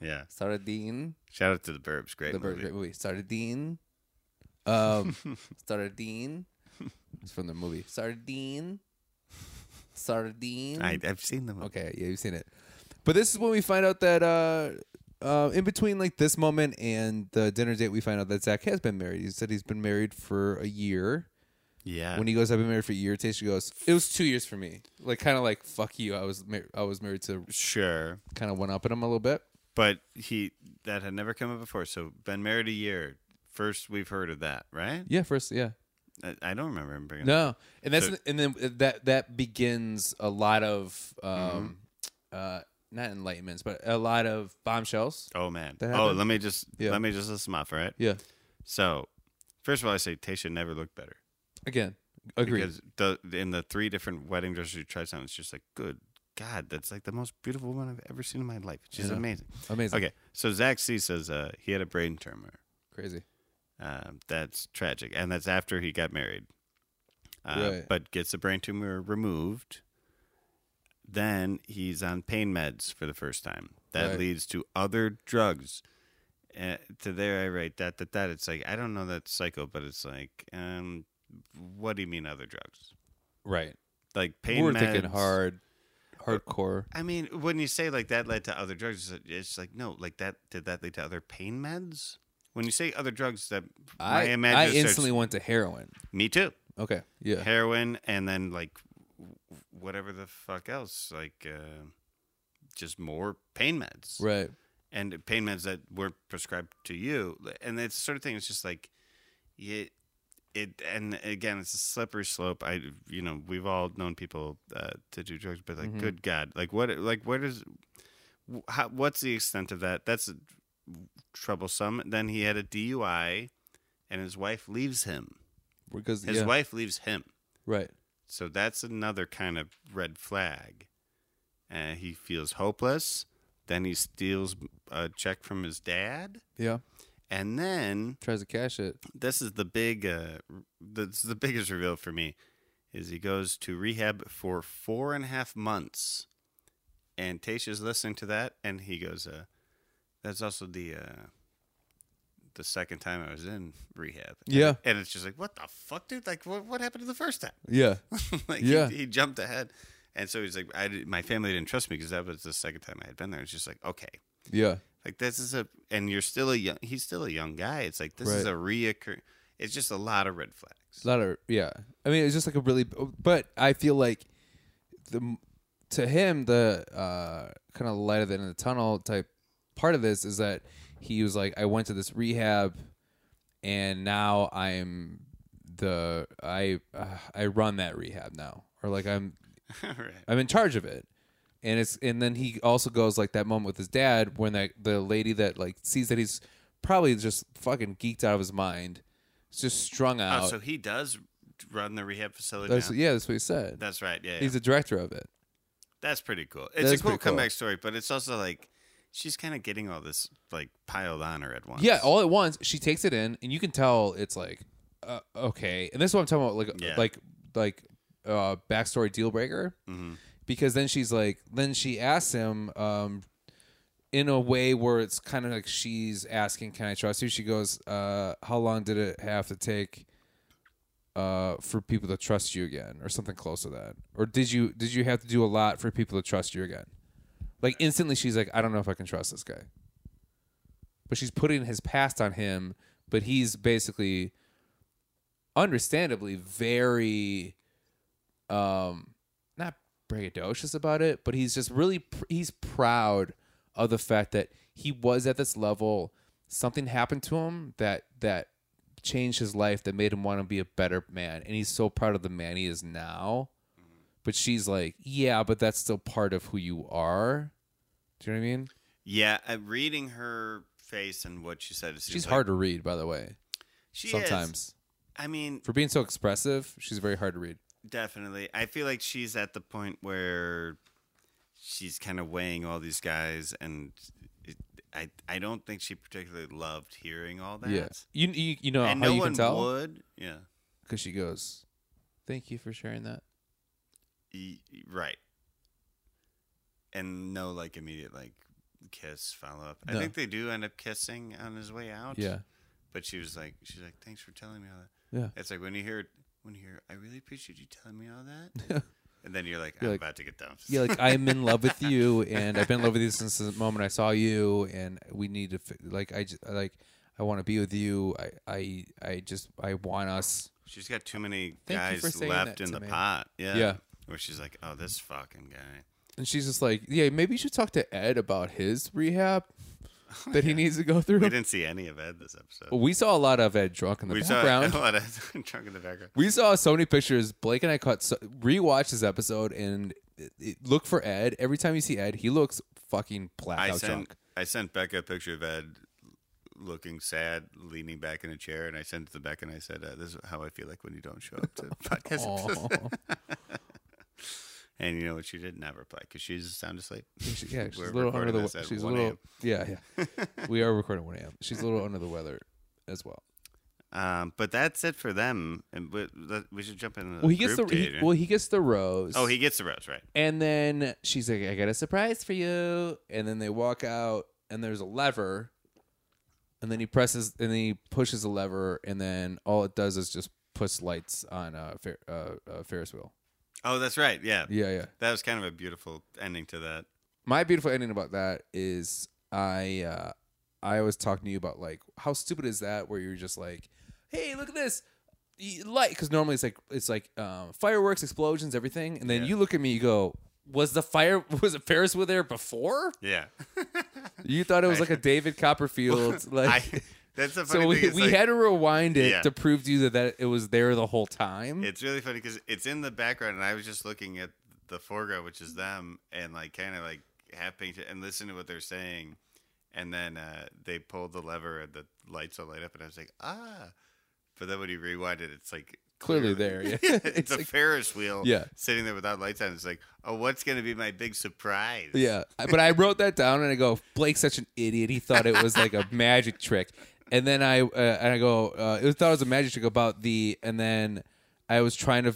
yeah. sardine. Shout out to the Burbs, great the bird, movie. great movie. Sardine. Um, *laughs* sardine. It's from the movie. Sardine. Sardine. I, I've seen them. okay, yeah, you've seen it. But this is when we find out that uh, uh, in between like this moment and the dinner date, we find out that Zach has been married. He said he's been married for a year. Yeah. When he goes, I've been married for a year. Tasha goes, it was two years for me. Like kind of like fuck you. I was mar- I was married to sure. kind of one up in him a little bit. But he that had never come up before. So been married a year. First we've heard of that, right? Yeah, first, yeah, I, I don't remember him bringing. no, and that's So- and then uh, that that begins a lot of Mm-hmm. um, uh, not enlightenments, but a lot of bombshells. Oh man. That oh, happened? let me just Yeah. let me just list them off. All right. Yeah, So first of all, I say Tasha never looked better again, agreed. because the in the three different wedding dresses she tries on, it's just like good. God, that's like the most beautiful woman I've ever seen in my life. She's Yeah. amazing. Amazing, Okay, so Zach C says uh, he had a brain tumor. crazy. Um, that's tragic, and that's after he got married. Uh, Right. But gets the brain tumor removed. Then he's on pain meds for the first time. That Right. leads to other drugs. Uh, to there, I write that that that. It's like I don't know that psycho, but it's like, um, what do you mean other drugs? Right, Like pain we're meds. thinking hard, hardcore. I mean, when you say like that led to other drugs, it's- it's like no, like that did that lead to other pain meds? When you say other drugs, that my I I imagination instantly went to heroin. starts, me too, Okay, yeah, heroin, and then like w- whatever the fuck else, like uh, just more pain meds, right. and pain meds that were prescribed to you, and that sort of thing. It's just like you. It, and again, it's a slippery slope. I, you know, we've all known people uh, to do drugs, but like, Mhm. good God, like what, like where does, wh- how, what's the extent of that? That's troublesome. Then he had a DUI, and his wife leaves him. Because His yeah, wife leaves him. right. So that's another kind of red flag. Uh, he feels hopeless. Then he steals a check from his dad, Yeah, and then tries to cash it. this is the big, uh, that's the biggest reveal for me, is he goes to rehab for four and a half months, and Tasha's listening to that, and he goes, uh, "That's also the uh, the second time I was in rehab." Yeah. and it's just like, what the fuck, dude? Like, what what happened to the first time? Yeah, *laughs* like Yeah. he, he jumped ahead and so he's like I, did- my family didn't trust me because that was the second time i had been there it's just like okay yeah, like this is a and you're still a young he's still a young guy it's like this is Right. a reoccur it's just a lot of red flags *laughs* a lot of yeah. I mean, it's just like a really. But I feel like the to him the uh, kind of light of the end of the tunnel type part of this is that he was like, I went to this rehab, and now I'm the I uh, I run that rehab now, or like I'm right I'm in charge of it. And it's and then he also goes like that moment with his dad when that the lady that like sees that he's probably just fucking geeked out of his mind, is just strung out. oh so he does run the rehab facility that's, now. yeah, that's what he said. that's right yeah, yeah. He's the director of it. that's pretty cool it's a is cool pretty cool. comeback story but it's also like she's kind of getting all this like piled on her at once Yeah, all at once she takes it in, and you can tell it's like uh, okay. And this is what I'm talking about, like Yeah. like like uh, backstory deal breaker. mm-hmm. because then she's like then she asks him um in a way where it's kind of like she's asking can i trust you she goes uh how long did it have to take uh for people to trust you again or something close to that or did you did you have to do a lot for people to trust you again like instantly she's like i don't know if i can trust this guy but she's putting his past on him but he's basically understandably very um not braggadocious about it but he's just really pr- he's proud of the fact that he was at this level something happened to him that that changed his life that made him want to be a better man and he's so proud of the man he is now Mm-hmm. but she's like yeah but that's still part of who you are do you know what i mean yeah uh, reading her face and what she said it seems she's like- hard to read by the way she is. sometimes i mean for being so expressive she's very hard to read Definitely. I feel like she's at the point where she's kind of weighing all these guys and it, I I don't think she particularly loved hearing all that. yeah you, you you know and how no you one can tell would. Yeah. because she goes, "Thank you for sharing that." E- e- Right. And no like immediate like kiss follow up. I No. think they do end up kissing on his way out. Yeah, But she was like she's like thanks for telling me all that. Yeah. It's like when you hear when you hear I really appreciate you telling me all *laughs* that. and then you're like You're I'm like- about to get dumped. yeah. Like I'm in love with you, and I've been in love with you since the moment I saw you, and we need to fi- like I just like I want to be with you. I I I just I want us. She's got too many Thank you for guys saying left that in to the me. pot. Yeah. Yeah. Where she's like, oh, this fucking guy. *laughs* And she's just like, yeah, maybe you should talk to Ed about his *laughs* rehab that he needs to go through. We We, didn't see any of Ed this episode. saw a lot of Ed drunk in Oh, the we saw *laughs* background. a lot of drunk in the background. we saw so many pictures. Blake and I caught so, rewatched this episode and it, it- look for Ed. Every time you see Ed, he looks fucking I blackout sent drunk. I sent Becca a picture of Ed looking sad, leaning back in a chair, and I sent it to Becca and I said, uh, "This is how I feel like when you don't show up *laughs* to podcast." episodes." *laughs* Aw. And you know what? She did never play because she's sound asleep. She- *laughs* yeah, she's We're a little under recording the this weather. at She's a 1 little. Yeah, yeah. *laughs* we are recording 1 a.m. She's a little under the weather as well. Um, but that's it for them, and we, that- we should jump into. The Well, he gets the group he- date, right? well he gets the rose. oh, he gets the rose, right? and then she's like, "I got a surprise for you." And then they walk out, and there's a lever, and then he presses and then he pushes the lever, and then all it does is just push lights on a, fer- uh, a Ferris wheel. Oh, that's right. Yeah. Yeah, yeah. that was kind of a beautiful ending to that. my beautiful ending about that is I uh, I was talking to you about like how stupid is that where you're just like, hey, look at this Y- light because normally it's like it's like um, fireworks, explosions, everything, and then Yeah. you look at me, you go. Was the fire *laughs* was a Ferris wheel there before? *laughs* Yeah, You thought it was Right. like a David Copperfield. *laughs* I, Like, that's the funny so thing. we, is, we like, had to rewind it Yeah. to prove to you that, that it was there the whole time. It's really funny because it's in the background, and I was just looking at the foreground, which is them, and like kind of like half painted, and listen to what they're saying, and then uh, they pulled the lever, and the lights all light up, and I was like, ah. But then when you rewind it, it's like Clearly there, yeah. *laughs* it's, It's a like- Ferris wheel, Yeah. sitting there without lights on. It's like, oh, what's gonna be my big surprise? Yeah, I- but I wrote that down and I go, Blake's such an idiot. He thought it was like *laughs* a magic trick, and then I uh, and I go, uh, it was, thought it was a magic trick about the, and then I was trying to,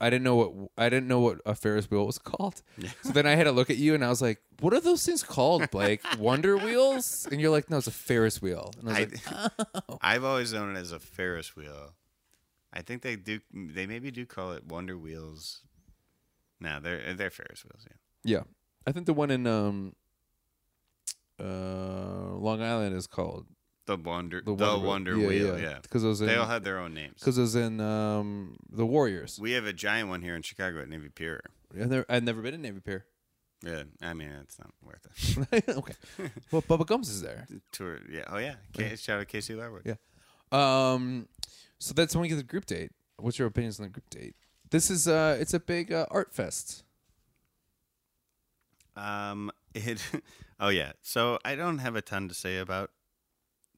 I didn't know what I didn't know what a Ferris wheel was *laughs* *laughs* called. So then I had to look at you and I was like, what are those things called, *laughs* Blake? Wonder wheels? And you're like, no, it's a Ferris wheel. And I was I, Oh. like, *laughs* I've always known it as a Ferris wheel. I think they do. They maybe do call it Wonder Wheels. No, they're they're Ferris wheels. Yeah. yeah, I think the one in um, uh, Long Island is called The Wonder, the the Wonder, Wonder, yeah, Wheel, yeah. because those They all in had their own names. because those in um the Warriors. We have a giant one here in Chicago at Navy Pier. I've never, I've never been in Navy Pier. *laughs* Yeah, I mean it's not worth it. *laughs* okay. Well, Bubba Gums is there. Tour, yeah. Oh yeah, K- shout out Casey Larwood. Yeah. Um, so that's when we get the group date. What's your opinions on the group date? This is uh, it's a big uh, art fest. Um, it. *laughs* Oh yeah. So I don't have a ton to say about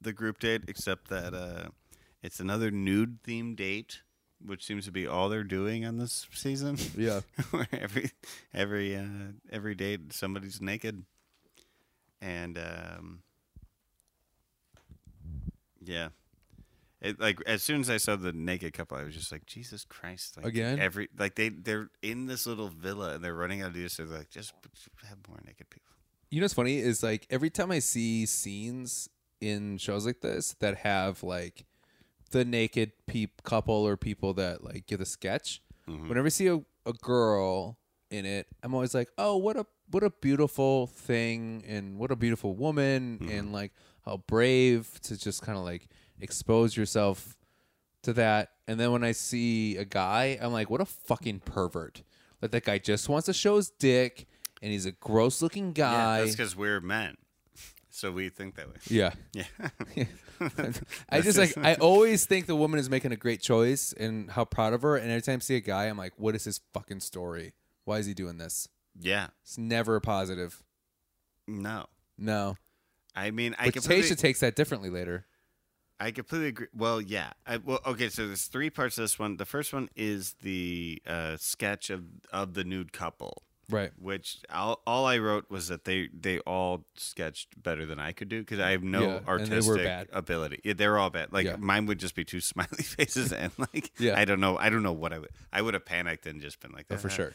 the group date except that uh, it's another nude themed date, which seems to be all they're doing on this season. *laughs* Yeah. where every every uh, every day somebody's naked, and um, yeah, it, like as soon as I saw the naked couple, I was just like, Jesus Christ! Like, Again? every like they they're in this little villa and they're running out of this. So they're like, just have more naked people. You know what's funny is like every time I see scenes in shows like this that have like the naked peep couple or people that like give a sketch. Hmm. Whenever I see a, a girl in it, I'm always like, oh, what a what a beautiful thing and what a beautiful woman Hmm. and like how brave to just kind of like expose yourself to that. And then when I see a guy, I'm like, what a fucking pervert. Like that guy just wants to show his dick and he's a gross looking guy. yeah, that's because we're men, *laughs* so we think that way. *laughs* Yeah. Yeah, *laughs* I just like *laughs* I always think the woman is making a great choice and how proud of her. And every time I see a guy, I'm like, what is his fucking story? Why is he doing this? yeah. It's never a positive. No, No. I mean I But completely. Tasha takes that differently later. I completely agree. Well, yeah. I, well, okay. So there's three parts to this one. The first one is the uh, sketch of of the nude couple, Right. which all, all I wrote was that they they all sketched better than I could do because I have no Yeah, and they artistic were bad. ability. Yeah, they're all bad. Like Yeah. mine would just be two *laughs* smiley faces and like Yeah. I don't know. I don't know what I would. I would have panicked and just been like Oh, that Uh, for sure.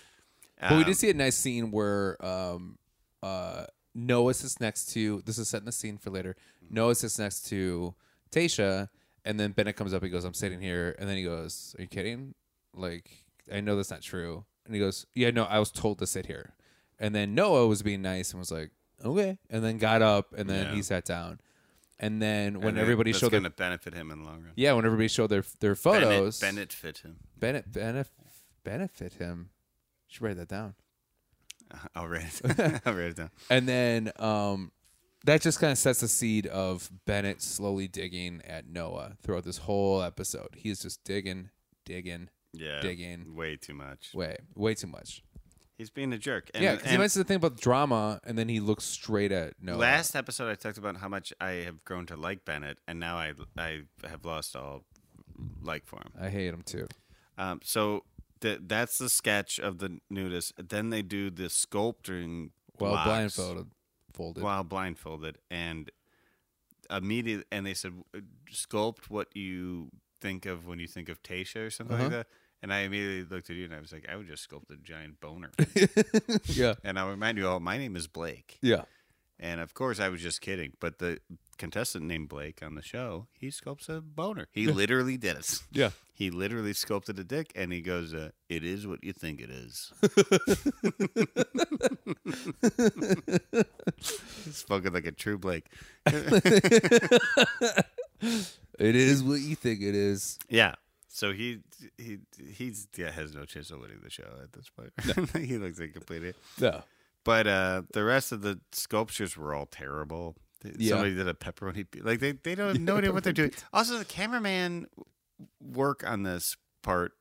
But Um, we did see a nice scene where um uh Noah sits next to this is setting the scene for later. Noah sits next to Tasha and then Bennett comes up and goes, I'm sitting here and then he goes, Are you kidding? Like, I know that's not true. And he goes, Yeah, no, I was told to sit here. And then Noah was being nice and was like, Okay. And then got up and then Yeah. he sat down. And then when And it- everybody that's showed going their to benefit him in the long run. yeah, when everybody showed their their Bennett, photos, Bennett fit him. *laughs* Bennett benef- benefit him. Should write that down. I'll write *laughs* it. I'll write it down. And then um, that just kind of sets the seed of Bennett slowly digging at Noah throughout this whole episode. He's just digging, digging. Yeah, Digging. way too much. Way, way too much. He's being a jerk. And, Yeah, 'cause yeah, he and mentions the thing about drama, and then he looks straight at Noah. last episode I talked about how much I have grown to like Bennett, and now I I have lost all like for him. I hate him too. Um, so th- that's the sketch of the nudist. Then they do the sculpting Well, blocks blindfolded, folded. while blindfolded, and immediately, and they said sculpt what you think of when you think of Tasha or something like Uh-huh. that. And I immediately looked at you, and I was like, I would just sculpt a giant boner. *laughs* *laughs* yeah, and I'll remind you all, my name is Blake. yeah. And of course, I was just kidding. But the contestant named Blake on the show, he sculpts a boner. He literally did it. Yeah. He literally sculpted a dick, and he goes, uh, "It is what you think it is." He's spoken like a true Blake. It is what you think it is. Yeah. So he he he's yeah, has no chance of winning the show at this point. *laughs* he looks like a complete idiot. No. But uh, the rest of the sculptures were all terrible. Th- Yeah. Somebody did a pepperoni pi- like they they don't *laughs* have no idea what they're doing. Also, the cameraman w- work on this part,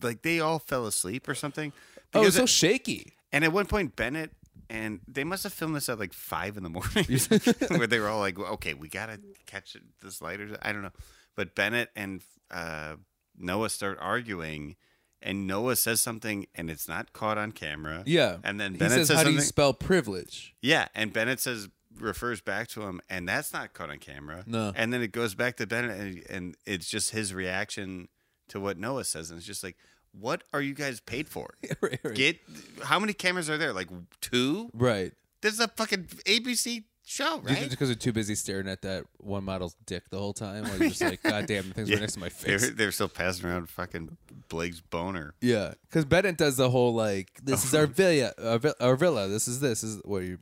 like they all fell asleep or something. Oh, it's Because so shaky. and at one point, Bennett and they must have filmed this at like five in the morning, *laughs* *laughs* or something, where they were all like, well, "Okay, we gotta catch this lighter." I don't know, but Bennett and uh, Noah start arguing, and Noah says something, and it's not caught on camera. Yeah. and then he Bennett says, says "How do something. you spell privilege?" yeah, and Bennett says refers back to him, and that's not caught on camera. No. and then it goes back to Bennett, and, and it's just his reaction to what Noah says, and it's just like. What are you guys paid for? *laughs* Right, *laughs* right. Get how many cameras are there? Like two? right. This is a fucking ABC show, Just- Just *laughs* right? because they're too busy staring at that one model's dick the whole time, or *laughs* you're just like, God damn, the things right next to my face. They're, they're still passing around fucking Blake's boner. *laughs* Yeah, because Bennett does the whole like, this is *laughs* our villa, our, vi- our villa. This is this is what you.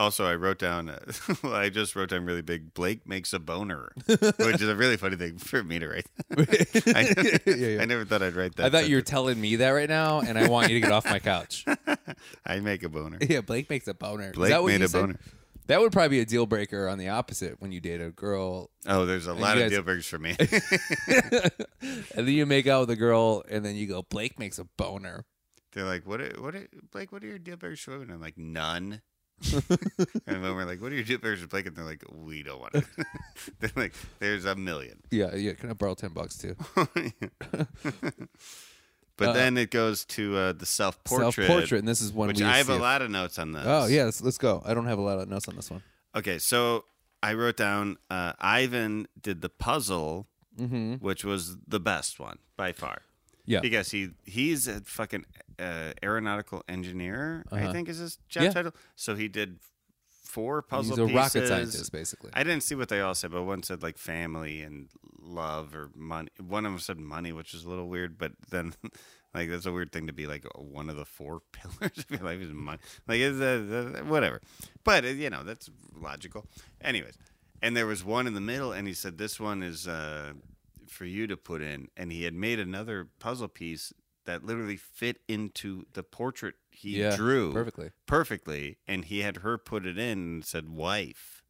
Also, I wrote down. *laughs* Uh, well, I just wrote down really big. Blake makes *laughs* a boner, which is a really funny thing for me to write. *laughs* *laughs* I, never, *laughs* Yeah, yeah. *laughs* I never thought I'd write that. I thought you were telling me that right now, and I want you to get off *laughs* my couch. I make a boner. Yeah, Blake makes a boner. Is Blake that what made you a said? boner. That would probably be a deal breaker on the opposite when you date a *laughs* girl *laughs* Oh, there's a lot you of guys- deal breakers *laughs* for me. *laughs* and then you make out with a girl and then you go, Blake makes a boner. They're like, what? Are, what? Are, Blake, what are your deal breakers for? women?" I'm like, *laughs* none. and when we're like, what are your deal breakers for Blake? And they're like, we don't want it. *laughs* they're like, there's a million. *laughs* Yeah, yeah. Can I borrow ten bucks too? but Uh, then it goes to uh, the self portrait. Self-portrait, and this is one Which we I have a see- lot of notes on this. Oh yeah, let's, let's go. I don't have a lot of notes on this one. Okay, so I wrote down uh, Ivan did the puzzle, Mm-hmm. which was the best one by far. Yeah. Because he he's a fucking uh, aeronautical engineer, I Uh-huh. think is his job Yeah. title. So he did four puzzle He's a pieces. rocket scientist, basically. I didn't see what they all said, but one said like family and love or money. One of them said money, which is a little weird. But then, *laughs* like, that's a weird thing to be like one of the four *laughs* pillars of your life is money. Like, it's, uh, uh, whatever. But uh, you know, that's logical. Anyways, and there was one in the middle, and he said this one is uh, for you to put in, and he had made another puzzle piece that literally fit into the portrait he yeah, drew perfectly. perfectly, and he had her put it in and said wife,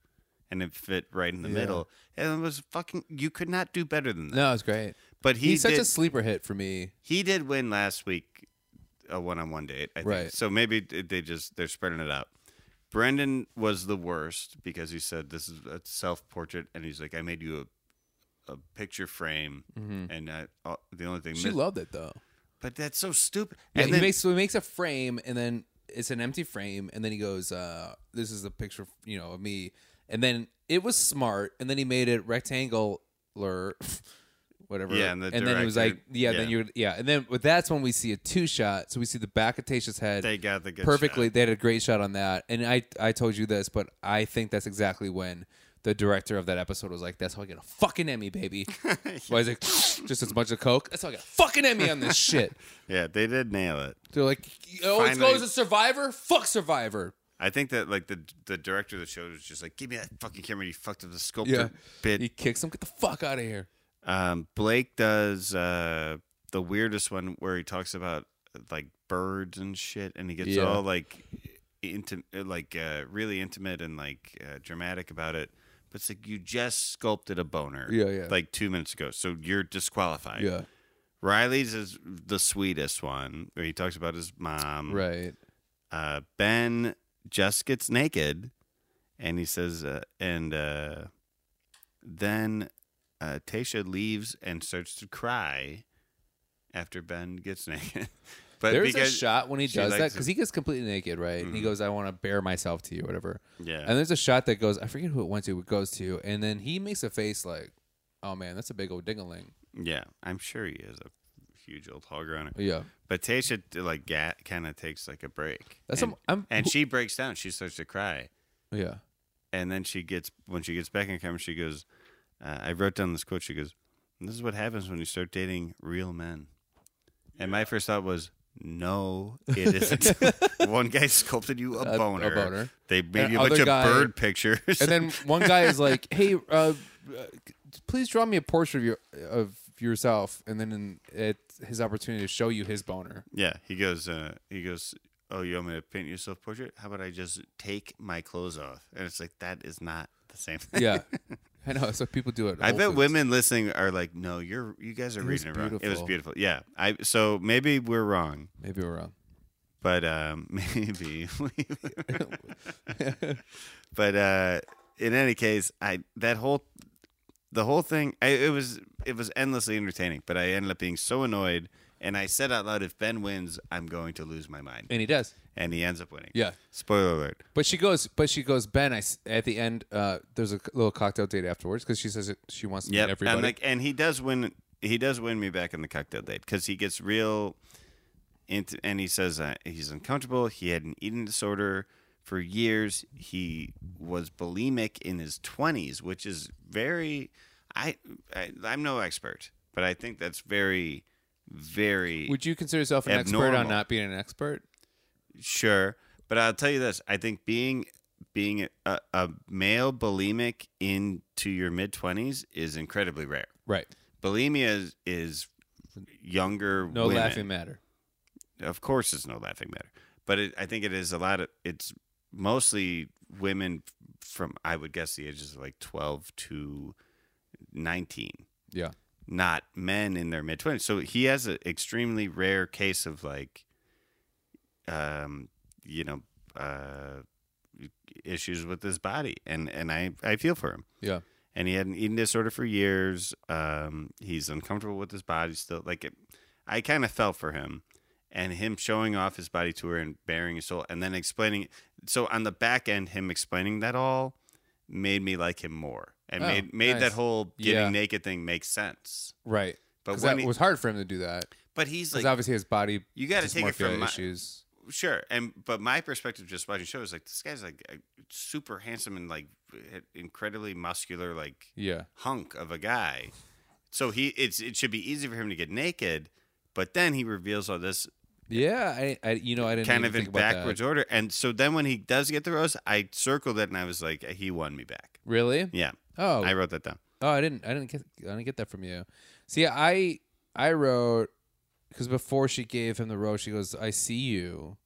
and it fit right in the Yeah. middle. And it was fucking. You could not do better than that. No, it's great. But he He's did. such a sleeper hit for me. he did win last week, a one-on-one date. I think. Right. So maybe it- they just they're spreading it out. Brendan was the worst because he said this is a self-portrait, and he's like, I made you a, a picture frame, and I, uh, the only thing. Mm-hmm. She miss- loved it though. but that's so stupid. Yeah, and he then, makes so he makes a frame and then it's an empty frame and then he goes, uh, "This is a picture, you know, of me." And then it was smart, and then he made it rectangular, *laughs* whatever. Yeah, and the then he was director- like, "Yeah." Then yeah. you, yeah, and then but that's when we see a two shot. So we see the back of Tasha's head they got the good perfectly. shot. They had a great shot on that, and I I told you this, but I think that's exactly when. The director of that episode was like, "That's how I get a fucking Emmy, *laughs* baby." Why is it *laughs* just as much of coke? That's how I get a fucking Emmy *laughs* on this shit. Yeah, they did nail it. They're like, it always Finally- goes to Survivor. Fuck Survivor. I think that like the the director of the show was just like, give me that fucking camera. You fucked up the Yeah. sculptor bit. He kicks him. Get the fuck out of here. Um, Blake does uh, the weirdest one where he talks about like birds and shit, and he gets Yeah. all like intimate, like uh, really intimate and like uh, dramatic about it. But it's like you just sculpted a boner, Yeah, yeah. like two minutes ago, so you're disqualified. Yeah. Riley's is the sweetest one where he talks about his mom. Right. Uh, ben just gets naked, and he says, uh, and uh, then uh, Tasha leaves and starts to cry after Ben gets *laughs* naked. but There's a because- shot when he she does that likes because it. he gets completely naked, right? And he Mhm. goes, "I want to bare myself to you," or whatever. yeah, And there's a shot that goes, I forget who it went to, it goes to, and then he makes a face like, "Oh man, that's a big old dingaling." yeah, I'm sure he is a huge old hog runner. Yeah. But Tasha like ga- kind of takes like a break, That's and, some. I'm. and she breaks down. She starts to cry. yeah. and then she gets when she gets back in camera she goes uh, i wrote down this quote she goes this is what happens when you start dating real men and my first thought was no it *laughs* isn't one guy sculpted you a A- a boner, *laughs* boner. they made And you a bunch other guy- of bird pictures And then one guy is like, "Hey, uh, uh, please draw me a portrait of your of yourself," and then in, it's his opportunity to show you his boner. *laughs* yeah he goes uh, he goes oh you want me to paint yourself portrait how about i just take my clothes off and it's like that is not the same thing Yeah. *laughs* I know. So people do it. at I Whole bet Foods. women listening are like, no, you're you guys are It was reading it wrong. It was beautiful. beautiful. Yeah. I so maybe we're wrong. Maybe we're wrong. but um, *laughs* maybe. but uh, in any case, I that whole the whole thing I, it was it was endlessly entertaining. But I ended up being so annoyed, and I said out loud, "If Ben wins, I'm going to lose my mind." And he does. And he ends up winning. Yeah. Spoiler alert. But she goes, but she goes, Ben. I s- at the end, uh, there's a c- little cocktail date afterwards because she says it, she wants to meet Yep. everybody. And like, and he does win. He does win me back in the cocktail date because he gets real. Into, and he says uh, he's uncomfortable. He had an eating disorder for years. He was bulimic in his twenties, which is very. I, I I'm no expert, but I think that's very, very Would you consider yourself an expert on Abnormal. not being an expert? sure. But I'll tell you this: I think being being a, a male bulimic into your mid twenties is incredibly rare. Right. bulimia is, is younger No women. laughing matter. of course it's no laughing matter but it, i think it is a lot of it's mostly women from i would guess the ages of like 12 to 19 Yeah. not men in their mid 20s so he has an extremely rare case of like um you know uh issues with his body and and i i feel for him Yeah. and he had an eating disorder for years. Um, he's uncomfortable with his body still. Like, it, I kind of felt for him, and him showing off his body to her and bearing his soul, and then explaining. So on the back end, him explaining that all made me like him more, and Oh, made made nice. that whole getting Yeah. naked thing make sense. Right. But Because when that he- was hard for him to do that. but he's Because like, obviously his body you got to take it dysmorphia from my, issues. sure and but my perspective just watching the show is like this guy's like a super handsome and like eh, incredibly muscular like Yeah. hunk of a guy. So he it's it should be easy for him to get naked, but then he reveals all this Yeah. I, I you know I didn't kind even of in think about that. backwards order. And so then when he does get the rose, I circled it and I was like, he won me back. Really? Yeah, Oh. I wrote that down. Oh, I didn't. I didn't get. I didn't get that from you. See, I I wrote because before she gave him the rose, she goes, "I see you,"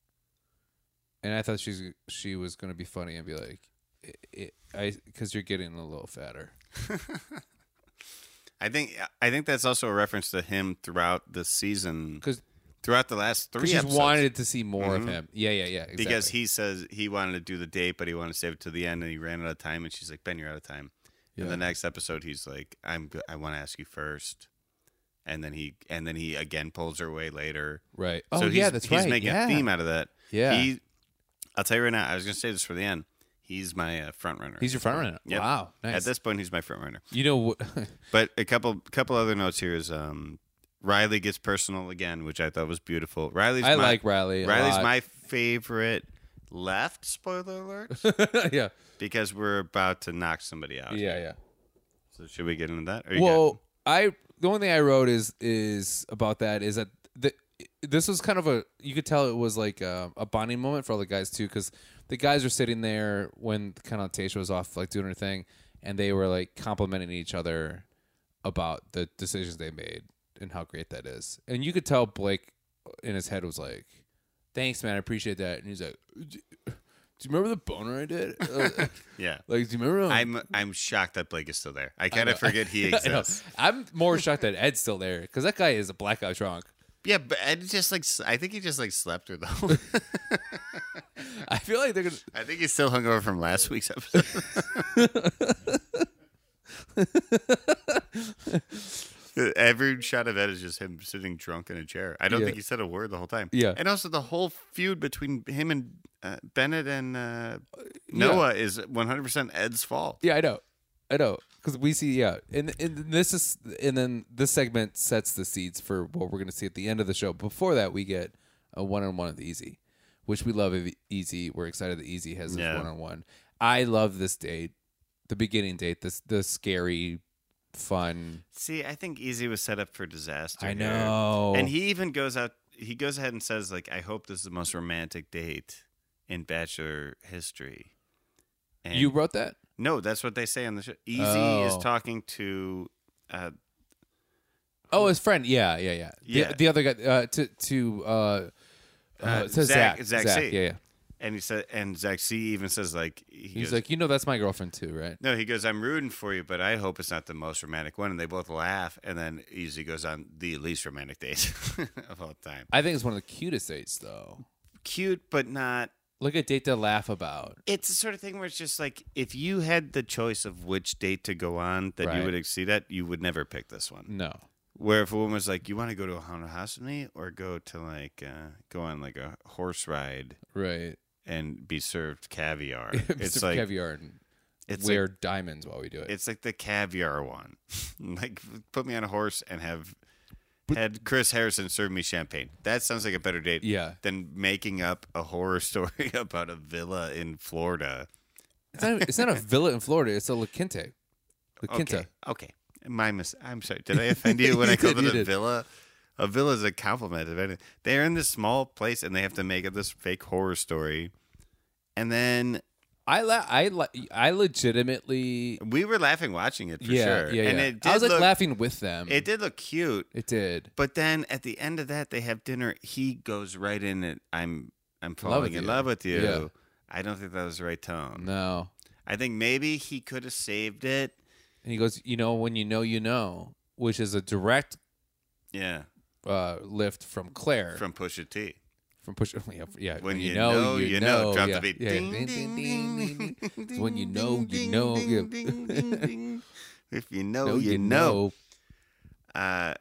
and I thought she's she was gonna be funny and be like, "I- "I," because you're getting a little fatter. I think I think that's also a reference to him throughout the season, 'Cause- throughout the last three Because she's episodes. wanted to see more of Mhm. him. Yeah, yeah, yeah. Exactly. because he says he wanted to do the date, but he wanted to save it to the end, and he ran out of time. And she's like, "Ben, you're out of time." yeah. In the next episode, he's like, "I'm go- I want to ask you first. and then he and then he again pulls her away later. right. Oh so yeah, he's, that's he's right. making yeah. a theme out of that. yeah. He, I'll tell you right now, I was gonna say this for the end. He's my uh, front runner. he's your front runner. Yep. Wow. Nice. At this point, he's my front runner. you know *laughs* what? But a couple couple other notes here is um, Riley gets personal again, which I thought was beautiful. Riley's I my, like Riley. a Riley's lot. my favorite left. Spoiler alert, *laughs* yeah. because we're about to knock somebody out. Yeah. Yeah. So should we get into that? Or you got- Well, I the only thing I wrote is is about that is that the this was kind of a you could tell it was like a, a bonding moment for all the guys too because the guys were sitting there when kind of Tasha was off like doing her thing, and they were like complimenting each other about the decisions they made and how great that is. And you could tell Blake in his head was like, "Thanks, man, I appreciate that." And he's like, "Do you remember the boner I did? *laughs* Uh, Yeah. like, do you remember?" when- I'm I'm shocked that Blake is still there. I kind of forget *laughs* he I know. exists. I'm more shocked that Ed's still there because that guy is a blackout drunk. yeah, but Ed just like s- I think he just like slept *laughs* or though. I feel like they're gonna. *laughs* I think he's still hungover from last week's episode. *laughs* Every shot of Ed is just him sitting drunk in a chair. I don't Yeah. think he said a word the whole time. Yeah. and also the whole feud between him and uh, Bennett and uh, Noah is 100 percent Ed's fault. Yeah, I know, I know, because we see. Yeah, and and this is and then this segment sets the seeds for what we're gonna see at the end of the show. Before that, we get a one-on-one with Easy, which we love. If Easy, we're excited that Easy has this Yeah. one-on-one. I love this date, the beginning date. This the scary, fun. See, I think Easy was set up for disaster. I here. know. And he even goes out. He goes ahead and says, "Like, I hope this is the most romantic date in Bachelor history." And you wrote that. no, that's what they say on the show. Easy is Oh. talking to. Uh, Oh, his friend. Yeah, yeah, yeah. The- Yeah. The, other guy uh, to to uh, uh, Uh, to Zach. Zach- Zach C. Yeah, yeah. and he said, and Zach C even says like he He's goes, like, you know, that's my girlfriend too, right? no, he goes, I'm rooting for you, but I hope it's not the most romantic one. And they both laugh, and then Easy goes on the least romantic date *laughs* of all time. I think it's one of the cutest dates, though. Cute, but not Like a date to laugh about. it's the sort of thing where it's just like if you had the choice of which date to go on that Right. you would exceed at, you would never pick this one. No, Where if a woman was like, "You want to go to a haunted house with me, or go to like uh, go on like a horse ride right? *laughs* and and be served caviar," *laughs* it's it's like caviar and it's wear diamonds while we do it. like it's like the caviar one. *laughs* like put me on a horse and have had Chris Harrison serve me champagne. That sounds like a better date yeah, than making up a horror *laughs* story about a villa in Florida. it's not, it's not a villa in Florida. It's a La Quinta. La Quinta. Okay. Okay. My mis- I'm sorry. Did I *laughs* offend you when You I called did, it you a did. villa? A villa is a compliment. If anything. They're in this small place and they have to make up this fake horror story. And then I la- I la- I legitimately. we were laughing watching it for yeah, sure. yeah, yeah. and it did I was like look, laughing with them. It did look cute. It did. But then at the end of that, they have dinner. He goes right in it. I'm I'm with falling in you." love with you. Yeah. I don't think that was the right tone. No. I think maybe he could have saved it. And he goes, you know, when you know, you know, which is a direct Yeah, uh, lift from Claire from Pusha T. from push. *laughs* Yeah, yeah. When you know, you know. Drop the beat. Yeah. Ding, Ding, ding, ding, ding, ding, ding. ding, It's when you know, you ding, know. ding, yeah. *laughs* ding, ding, ding. If you know, Know you know. Uh,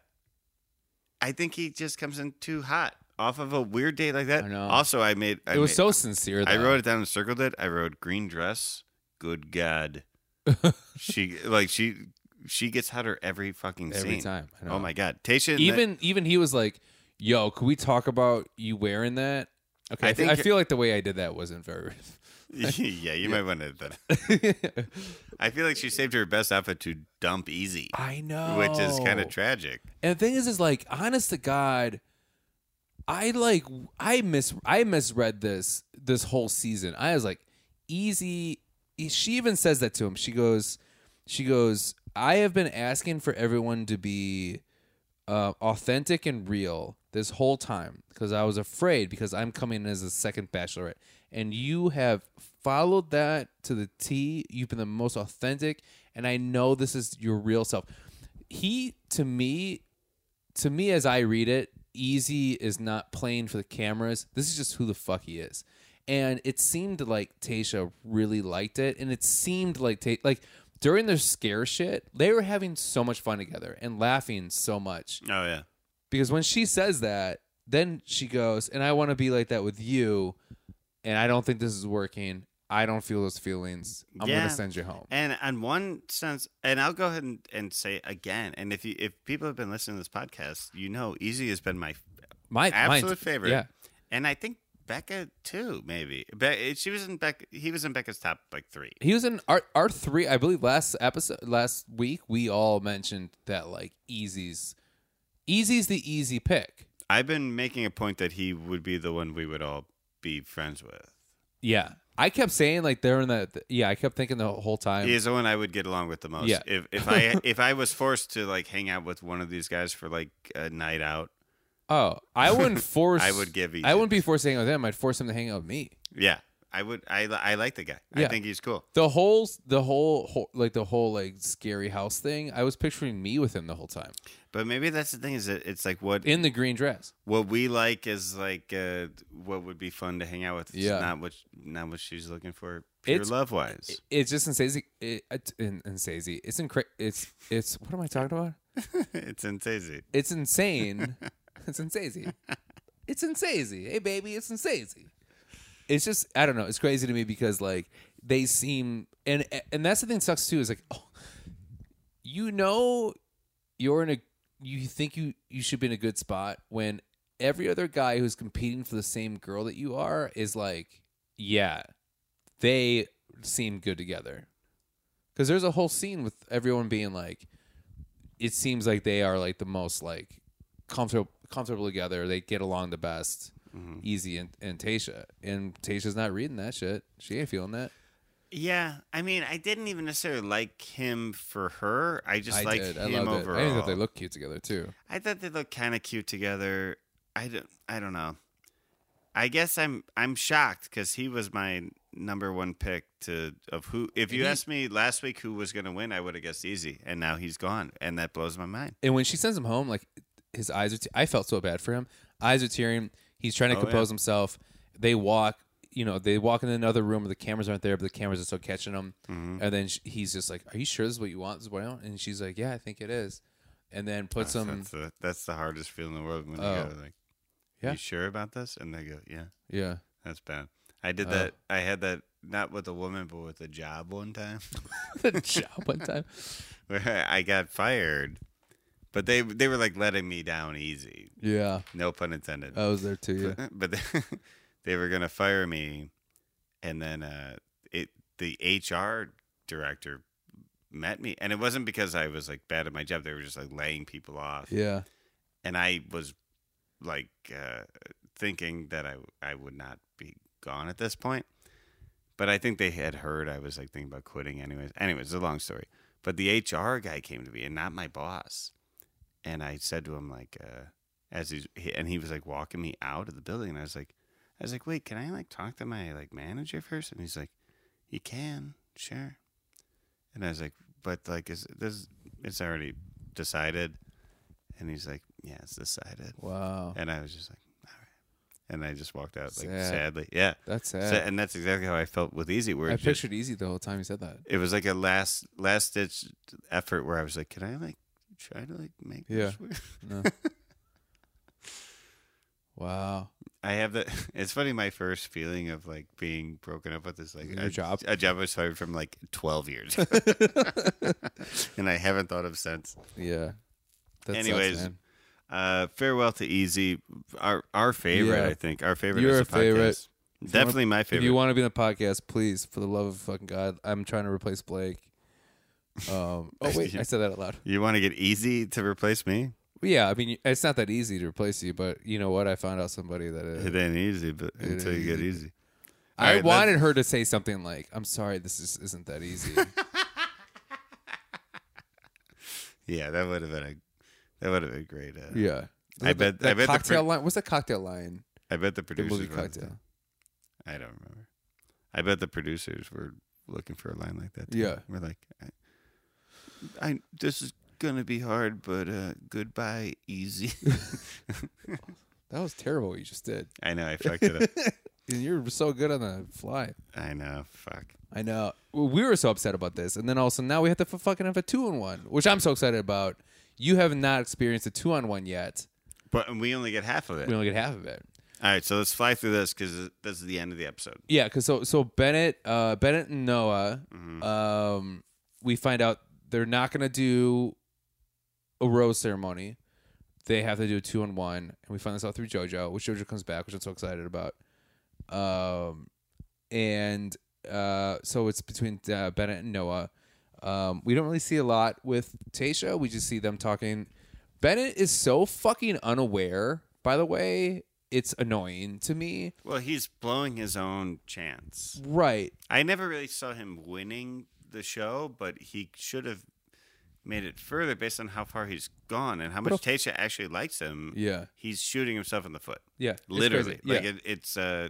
I think he just comes in too hot off of a weird date like that. I know. Also, I made. I It was made- so sincere. Though. I wrote it down and circled it. I wrote green dress. *laughs* Good God. she like she she gets hotter every fucking every scene. time. I know. Oh my God, Tasha. and the- Even even he was like, "Yo, could we talk about you wearing that?" Okay, I I, think, I think- feel like the way I did that wasn't very. *laughs* *laughs* yeah, you might want to. edit that. I feel like she saved her best outfit to dump easy, I know, which is kind Oh. of tragic. And the thing is, is like, honest to God, I like I mis I misread this this whole season. I was like, easy. e, She even says that to him. She goes, she goes. I have been asking for everyone to be uh, authentic and real this whole time because I was afraid because I'm coming in as a second bachelorette, and you have followed that to the T. You've been the most authentic, and I know this is your real self. He to me to me as I read it, Easy is not playing for the cameras. This is just who the fuck he is. And it seemed like Tasha really liked it, and it seemed like Ta- like during their scare shit, they were having so much fun together and laughing so much. Oh yeah. Because when she says that, then she goes, "And I want to be like that with you, and I don't think this is working. I don't feel those feelings. I'm Yeah. gonna send you home." And on one sense, and I'll go ahead and, and say again, and if you if people have been listening to this podcast, you know Easy has been my, My my- absolute favorite. Yeah, and I think Becca too, maybe. Be- she was in Becca. He was in Becca's top like three. He was in our our three, I believe. Last episode, last week, we all mentioned that like Easy's, Easy's the easy pick. I've been making a point that he would be the one we would all be friends with. Yeah, I kept saying like they're in the yeah. I kept thinking the whole time. Is the one I would get along with the most. Um, Yeah. If *laughs* if I if I was forced to like hang out with one of these guys for like a night out, Oh, I wouldn't force. I would give I Ethan. wouldn't be forced to hang out with him. I'd force him to hang out with me. yeah, I would. I li- I like the guy. I Yeah. think he's cool. The whole, the whole, whole, like the whole like scary house thing. I was picturing me with him the whole time But maybe that's the thing is that it's like what in the green dress. what we like is like uh, what would be fun to hang out with. It's Yeah. Not what not what she's looking for. Pure It's- love wise. It's just insane. It, it, in- insane. It's incre- It's it's. What am I talking about? *laughs* it's insane. It's insane. *laughs* it's insane. It's insane. Hey baby, it's insane. It's just I don't know. It's crazy to me because like they seem and and that's the thing that sucks too is like oh, you know you're in a you think you you should be in a good spot when every other guy who's competing for the same girl that you are is like yeah they seem good together because there's a whole scene with everyone being like it seems like they are like the most like comfortable comfortable together. They get along the best, Mm-hmm. easy and, and Tasha. And Tasha's not reading that shit. She ain't feeling that. Yeah, I mean, I didn't even necessarily like him for her. I just I like did. I him loved overall. it. I think that they look cute together too. I thought they looked kind of cute together. I don't. I don't know. I guess I'm I'm shocked because he was my number one pick to of who. If you He- asked me last week who was going to win, I would have guessed easy, and now he's gone, and that blows my mind. And when she sends him home, like his eyes are. Te- I felt so bad for him. Eyes are tearing. He's trying to Oh, yeah. compose himself. They walk. You know, they walk in another room where the cameras aren't there, but the cameras are still catching him. Mm-hmm. And then sh he's just like, "Are you sure this is what you want? This is what I want?" And she's like, "Yeah, I think it is." And then puts him. Ah, that's the that's the hardest feeling in the world when you um, Oh. go like, Yeah. "You sure about this?" And they go, "Yeah, yeah. that's bad." I did Oh. that. I had that not with a woman, but with a job one time. *laughs* *laughs* the job one time. where I got fired, but they they were like letting me down easy. Yeah, No pun intended. I was there too. Oh, *laughs* Yeah. but they, they were gonna fire me, and then uh, it the HR director met me, and it wasn't because I was like bad at my job. They were just like laying people off, Yeah. and I was like uh, thinking that I I would not be gone at this point. But I think they had heard I was like thinking about quitting anyways. Anyways, it's a long story. But the HR guy came to me and not my boss. And I said to him like uh as he's he, and he was like walking me out of the building and I was like I was like, "Wait, can I like talk to my like manager first? And he's like, "You can. Sure." And I was like, "But like is this it's already decided." And he's like, "Yeah, it's decided." Wow. And I was just like, "All right." And I just walked out like Sad. sadly. Yeah. That's sad. So- and that's exactly how I felt with Easy. Where I it, just, pictured Easy the whole time you said that. it was like a last last ditch effort where I was like, "Can I like try to like make this work?" *laughs* No. wow. I have the. *laughs* It's funny. My first feeling of like being broken up with is like Your a job? A job I was fired from like twelve years, *laughs* *laughs* and I haven't thought of since. Yeah. That Anyways, sucks, man. Uh, farewell to Easy. Our our favorite, Yeah. I think. Our favorite. Your as a favorite. Podcast. Definitely my if favorite. you want to be in the podcast, please, for the love of fucking God, I'm trying to replace Blake. *laughs* Um, oh wait, I said that out loud. you want to get Easy to replace me? Yeah, I mean it's not that easy to replace you, but you know what? I found out somebody that is. It ain't easy, but until you get ain't Easy. All I right, let's- wanted her to say something like, "I'm sorry, this is, isn't that *laughs* easy." Yeah, that would have been a that would have been great. Uh, yeah, I bet- That I bet the cocktail per- line. What's the cocktail line? I bet the The producers. movie were- cocktail. I don't remember. I bet the producers were looking for a line like that. too. Yeah. we're like, I, I this is gonna be hard, but uh, goodbye, *laughs* easy. That was terrible. What you just did. I know I fucked it up. And you're so good on the fly. I know. Fuck. I know. Well, we were so upset about this, and then also now we have to f- fucking have a two on one, which I'm so excited about. You have not experienced a two on one yet. But we only get half of it. We only get half of it. All right, so let's fly through this because this is the end of the episode. Yeah, because so so Bennett, uh, Bennett and Noah, um, we find out they're not gonna do a rose ceremony. They have to do a two on one, and we find this out through JoJo, which JoJo comes back, which I'm so excited about. Um, and uh, so it's between uh, Bennett and Noah. Um, we don't really see a lot with Tasha. We just see them talking. Bennett is so fucking unaware, by the way, it's annoying to me. Well, he's blowing his own chance. Right. I never really saw him winning the show, but he should have made it further based on how far he's gone and how much if- Tasha actually likes him. Yeah. He's shooting himself in the foot. Yeah. It's Literally. crazy. Yeah. Like it, it's uh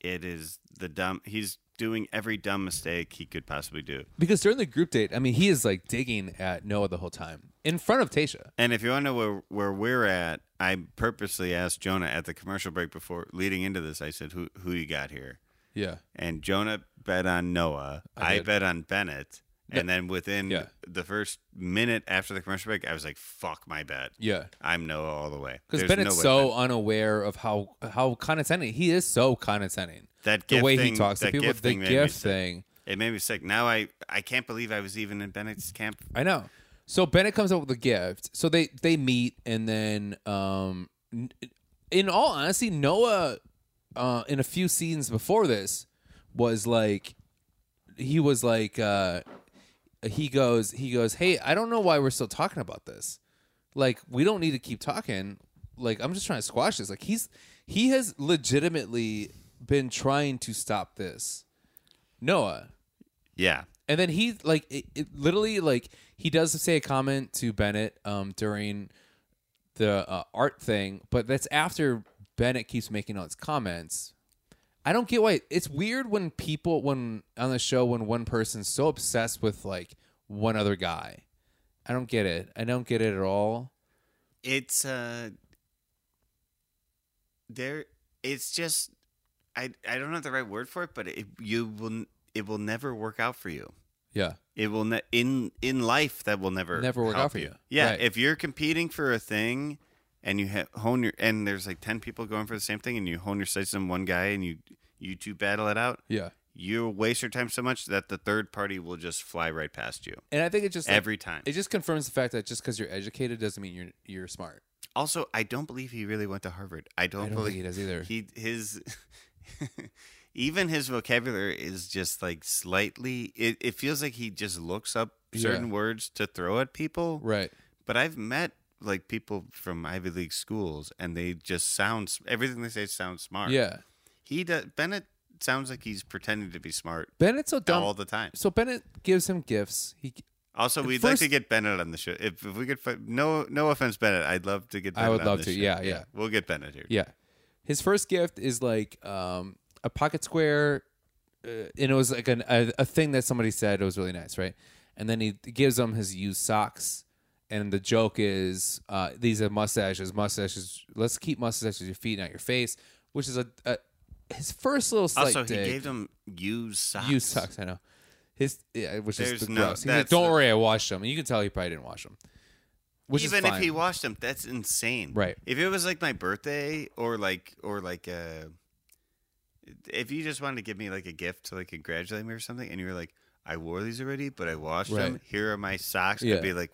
it is the dumb he's doing every dumb mistake he could possibly do. because during the group date, I mean, he is like digging at Noah the whole time in front of Tasha. And if you want to know where, where we're at, I purposely asked Jonah at the commercial break before leading into this. I said, "Who who you got here?" Yeah. And Jonah bet on Noah. I I, did. bet on Bennett. And then within Yeah. the first minute after the commercial break, I was like, "Fuck my bet! Yeah. I'm Noah all the way." Because There's Bennett's no way so that, unaware of how how condescending he is. So condescending. that The gift way thing, he talks to that people, gift the thing made me gift sick. thing. It made me sick. Now I I can't believe I was even in Bennett's camp. I know. So Bennett comes up with a gift. So they they meet, and then um, n- in all honesty, Noah, uh, in a few scenes before this, was like, he was like, uh, he goes, he goes, hey, I don't know why we're still talking about this. Like, we don't need to keep talking. Like, I'm just trying to squash this. Like, he's he has legitimately been trying to stop this, Noah. Yeah. And then he like it, it literally like he does say a comment to Bennett um during the uh, art thing, but that's after Bennett keeps making all his comments. I don't get why it's weird when people when on the show when one person's so obsessed with like one other guy. I don't get it. I don't get it at all. it's uh there it's just i i don't have the right word for it but it you will n- it will never work out for you Yeah. it will ne- in in life that will never Never work help out for you. yeah Right. if you're competing for a thing and you ha- hone your and there's like 10 people going for the same thing and you hone your sights on one guy and you you two battle it out Yeah. you waste your time so much that the third party will just fly right past you And I think it just like, every time it just confirms the fact that just because you're educated doesn't mean you're you're smart. Also, I don't believe he really went to Harvard. I I don't, don't believe think he does either. He his *laughs* even his vocabulary is just like slightly. It, it feels like he just looks up Yeah. certain words to throw at people. Right. But I've met like people from Ivy League schools, and they just sound everything they say sounds smart. Yeah. he does. Bennett sounds like he's pretending to be smart Bennett's so dumb. all the time. so Bennett gives him gifts. He Also, At we'd like first- to get Bennett on the show. If, if we could, fi- no, no offense, Bennett. I'd love to get. I Bennett would on love this to. show. Yeah, yeah. We'll get Bennett here. Yeah. His first gift is like um, a pocket square, uh, and it was like an, a, a thing that somebody said. It was really nice, right? And then he gives him his used socks, and the joke is uh, these are mustaches. Mustaches. Let's keep mustaches your feet, not your face. Which is a, a his first little slight Also, he dig. gave them used socks. You sucks. I know. His yeah, which There's is the no- gross. He's like, that's Don't the- worry, I washed them. And you can tell he probably didn't wash them. Which Even is if fine. he washed them, that's insane. Right. If it was like my birthday or like or like uh if you just wanted to give me like a gift to like congratulate me or something, and you were like, I wore these already, but I washed them. Right. Here are my socks. Yeah. I'd be like,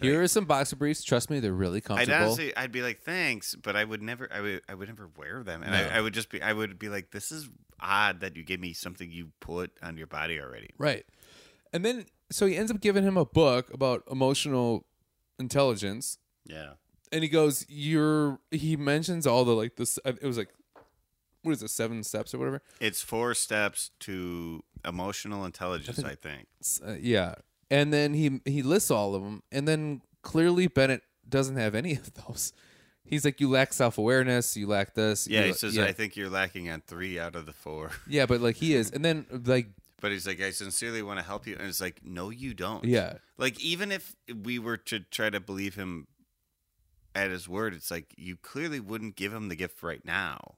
Here are some boxer briefs. Trust me, they're really I'd comfortable. honestly, I'd be like, thanks, but I would never, I would, I would never wear them, and No. I, I would just be, I would be like, this is odd that you gave me something you put on your body already. Right. And then so he ends up giving him a book about emotional intelligence Yeah. and he goes you're he mentions all the like this uh, it was like what is it seven steps or whatever It's four steps to emotional intelligence, I think. S- uh, yeah and then he he lists all of them and then clearly Bennett doesn't have any of those he's like you lack self-awareness you lack this Yeah, you he la- says, yeah. I think you're lacking on three out of the four. *laughs* yeah but like he is and then like But he's like, I sincerely want to help you. And it's like, no, you don't. yeah Like, even if we were to try to believe him at his word, it's like, you clearly wouldn't give him the gift right now.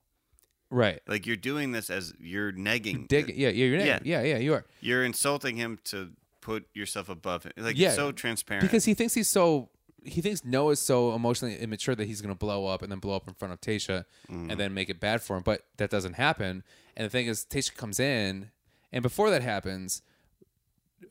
right Like, you're doing this as you're negging. dig yeah yeah you're Yeah. yeah yeah you are You're insulting him to put yourself above him. Like, Yeah, it's so transparent. because he thinks he's so he thinks Noah's so emotionally immature that he's going to blow up and then blow up in front of Tasha and then make it bad for him. But that doesn't happen. And the thing is, Tasha comes in, and before that happens,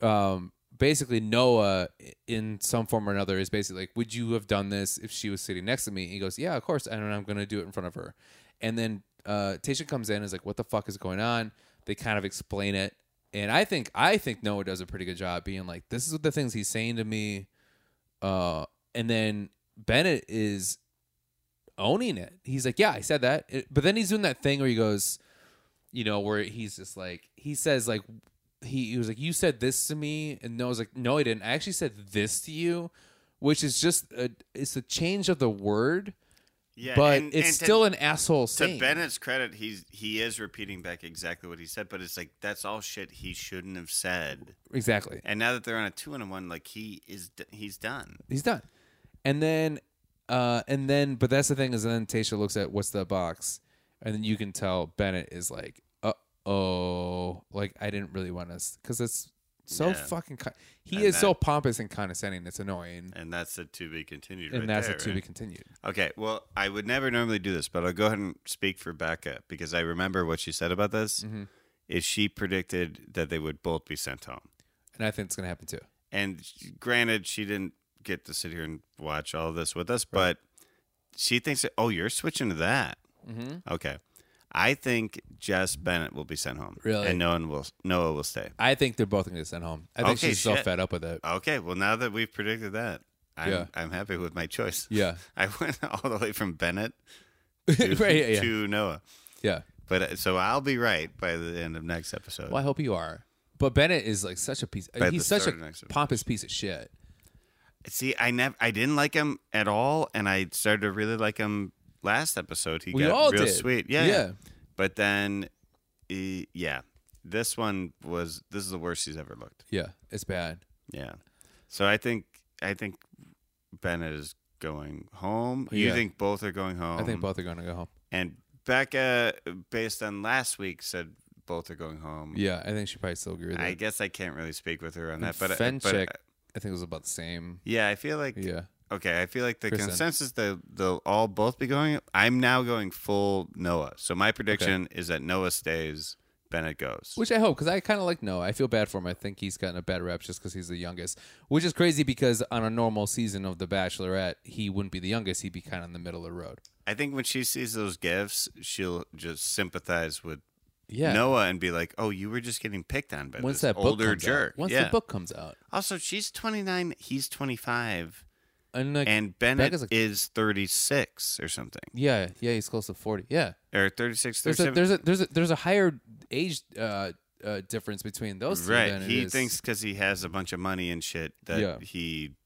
um, basically Noah, i- in some form or another, is basically like, "Would you have done this if she was sitting next to me?" And he goes, "Yeah, of course." And I'm going to do it in front of her. And then uh, Tasha comes in and is like, "What the fuck is going on?" They kind of explain it, and I think I think Noah does a pretty good job being like, "This is what the things he's saying to me." Uh, and then Bennett is owning it. He's like, yeah, I said that. It- but then he's doing that thing where he goes, you know, where he's just like, he says like, he, he was like, you said this to me, and Noah's like, no, I didn't. I actually said this to you, which is just a, it's a change of the word, Yeah, but and- it's and to- still an asshole to saying. Bennett's credit, he's he is repeating back exactly what he said, but it's like that's all shit he shouldn't have said. exactly. And now that they're on a two and a one, like he is d- he's done. He's done. And then, uh, and then, but that's the thing is then Tasha looks at what's the box, and then you can tell Bennett is like, uh oh, like I didn't really want us because it's so Yeah. fucking. Con- he And is so that- pompous and condescending. It's annoying, And that's a to be continued. and right that's there, a to be right? continued. Okay, well, I would never normally do this, but I'll go ahead and speak for Becca because I remember what she said about this. Mhm. Is she predicted that they would both be sent home? And I think it's gonna happen too. And granted, she didn't get to sit here and watch all this with us, but she thinks, that, oh, you're switching to that. Mm-hmm. Okay. I think Jess Bennett will be sent home. Really? And no one will Noah will stay. I think they're both gonna get sent home. I think Okay, she's so shit. fed up with *laughs* it. Okay, well now that we've predicted that, I'm Yeah. I'm happy with my choice. Yeah, *laughs* I went all the way from Bennett *laughs* to, right. Yeah, yeah. to Noah. yeah. But uh, so I'll be right by the end of next episode. Well, I hope you are. But Bennett is like such a piece. By the he's such a start of next episode. pompous piece of shit. See, I never I didn't like him at all and I started to really like him last episode. He We got all real did. sweet. Yeah. yeah. But then eh, yeah. This one was this is the worst he's ever looked. Yeah, it's bad. Yeah. So I think I think Bennett is going home. You Yeah. think both are going home? I think both are going to go home. And Becca, based on last week, said both are going home. Yeah, I think she probably still agree with I it. guess I can't really speak with her on that, but, uh, Fenchick, but uh, I think it was about the same. yeah, I feel like Yeah, okay. I feel like the Kristen. consensus that they'll all both be going. I'm now going full Noah. So my prediction is that Noah stays, Bennett goes. which I hope because I kind of like Noah. I feel bad for him. I think he's gotten a bad rep just because he's the youngest, which is crazy because on a normal season of The Bachelorette, he wouldn't be the youngest. He'd be kind of in the middle of the road. I think when she sees those gifts, she'll just sympathize with Yeah. Noah and be like, "Oh, you were just getting picked on by Once this that book older comes jerk." out, once yeah. the book comes out, Also, she's 29, he's 25, and like, and Bennett Becca's like- is 36 or something, yeah, yeah, he's close to forty. Yeah, or 36, there's a 37. there's a there's a there's a higher age uh, uh, difference between those two. right. than it He is- thinks because he has a bunch of money and shit that Yeah. he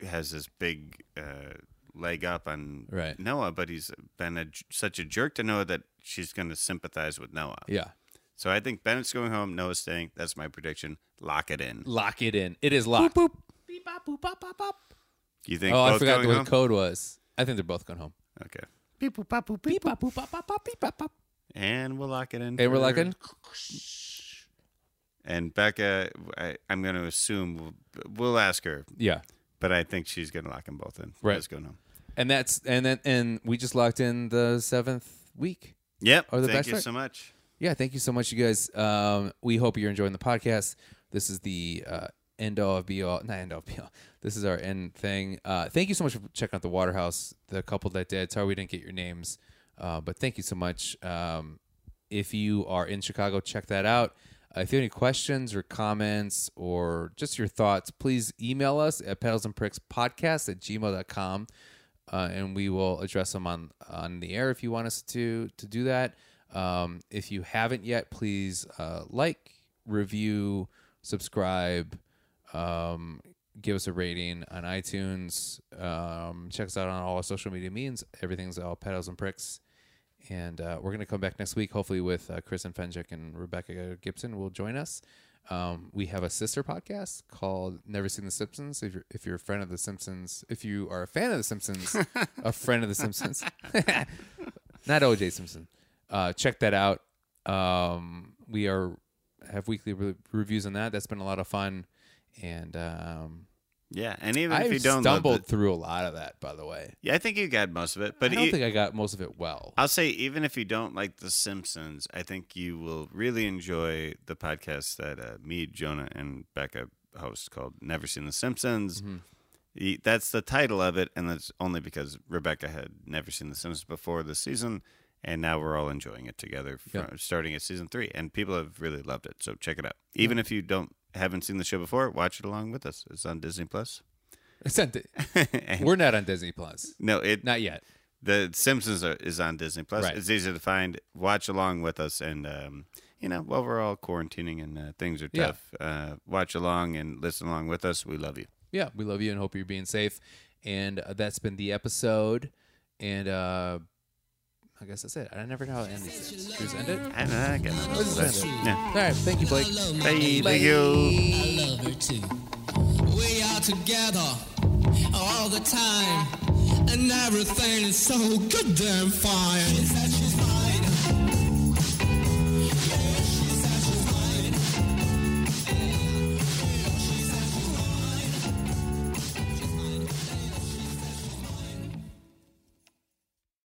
has this big uh, leg up on Right. Noah, but he's been a, j- such a jerk to Noah that she's going to sympathize with Noah. Yeah. So I think Bennett's going home, Noah's staying. That's my prediction. Lock it in. Lock it in. It is locked. Beep, bop, boop, bop, bop, bop. You think Oh, both I forgot going what home? the code was. I think they're both going home. okay. Beep, boop, bop, boop, beep, bop, boop, bop, bop, bop, beep, bop, bop. And we'll lock it And in. we're for- locking. And Becca, I, I'm going to assume we'll, we'll ask her, Yeah. but I think she's going to lock them both in. Right. Let's go home. And that's and then and we just locked in the seventh week. Yep. Or the Thank you bachelor? so much. Yeah, thank you so much, you guys. Um, we hope you're enjoying the podcast. This is the uh, end all of be all, not end all of be all. *laughs* This is our end thing. Uh, thank you so much for checking out the Waterhouse, the couple that did. Sorry we didn't get your names, uh, but thank you so much. Um, if you are in Chicago, check that out. Uh, if you have any questions or comments or just your thoughts, please email us at pedals and pricks podcast at gmail.com uh, and we will address them on on the air if you want us to to do that. Um, if you haven't yet, please uh, like, review, subscribe, um, give us a rating on iTunes. Um, check us out on all our social media means. Everything's all pedals and pricks. And uh, we're going to come back next week, hopefully with uh, Chris and Fenjic and Rebecca Gibson will join us. Um, we have a sister podcast called Never Seen the Simpsons. If you're if you're a friend of the Simpsons, if you are a fan of the Simpsons, *laughs* a friend of the Simpsons, *laughs* not OJ Simpson, uh, check that out. Um, we are have weekly re- reviews on that. That's been a lot of fun, and um, Yeah. And even if I you don't stumbled through a lot of that. By the way, yeah, I think you got most of it. But I don't e- Uh, think I got most of it well. I'll say, even if you don't like The Simpsons, I think you will really enjoy the podcast that uh, me, Jonah, and Becca host called Never Seen The Simpsons. E- That's the title of it, and that's only because Rebecca had never seen The Simpsons before this season, and now we're all enjoying it together, from, Yeah. starting at season three, and people have really loved it. So check it out. Even if you don't haven't seen the show before, watch it along with us. It's on Disney Plus. *laughs* *laughs* It's on Di- And- We're not on Disney Plus, no, it not yet. The Simpsons are, is on Disney Plus. Right. It's easy to find. Watch along with us, and um, you know, while we're all quarantining and uh, things are Yeah. tough, uh, watch along and listen along with us. We love you. yeah, we love you and hope you're being safe. And uh, that's been the episode. And uh, I guess that's it. I never know how to end these things. Should we just end it? I don't know, I got nothing Let's to just say. end it. Yeah. All right. Thank you, Blake. Bye, thank you. I love her too. We are together all the time, and everything is so good damn fine.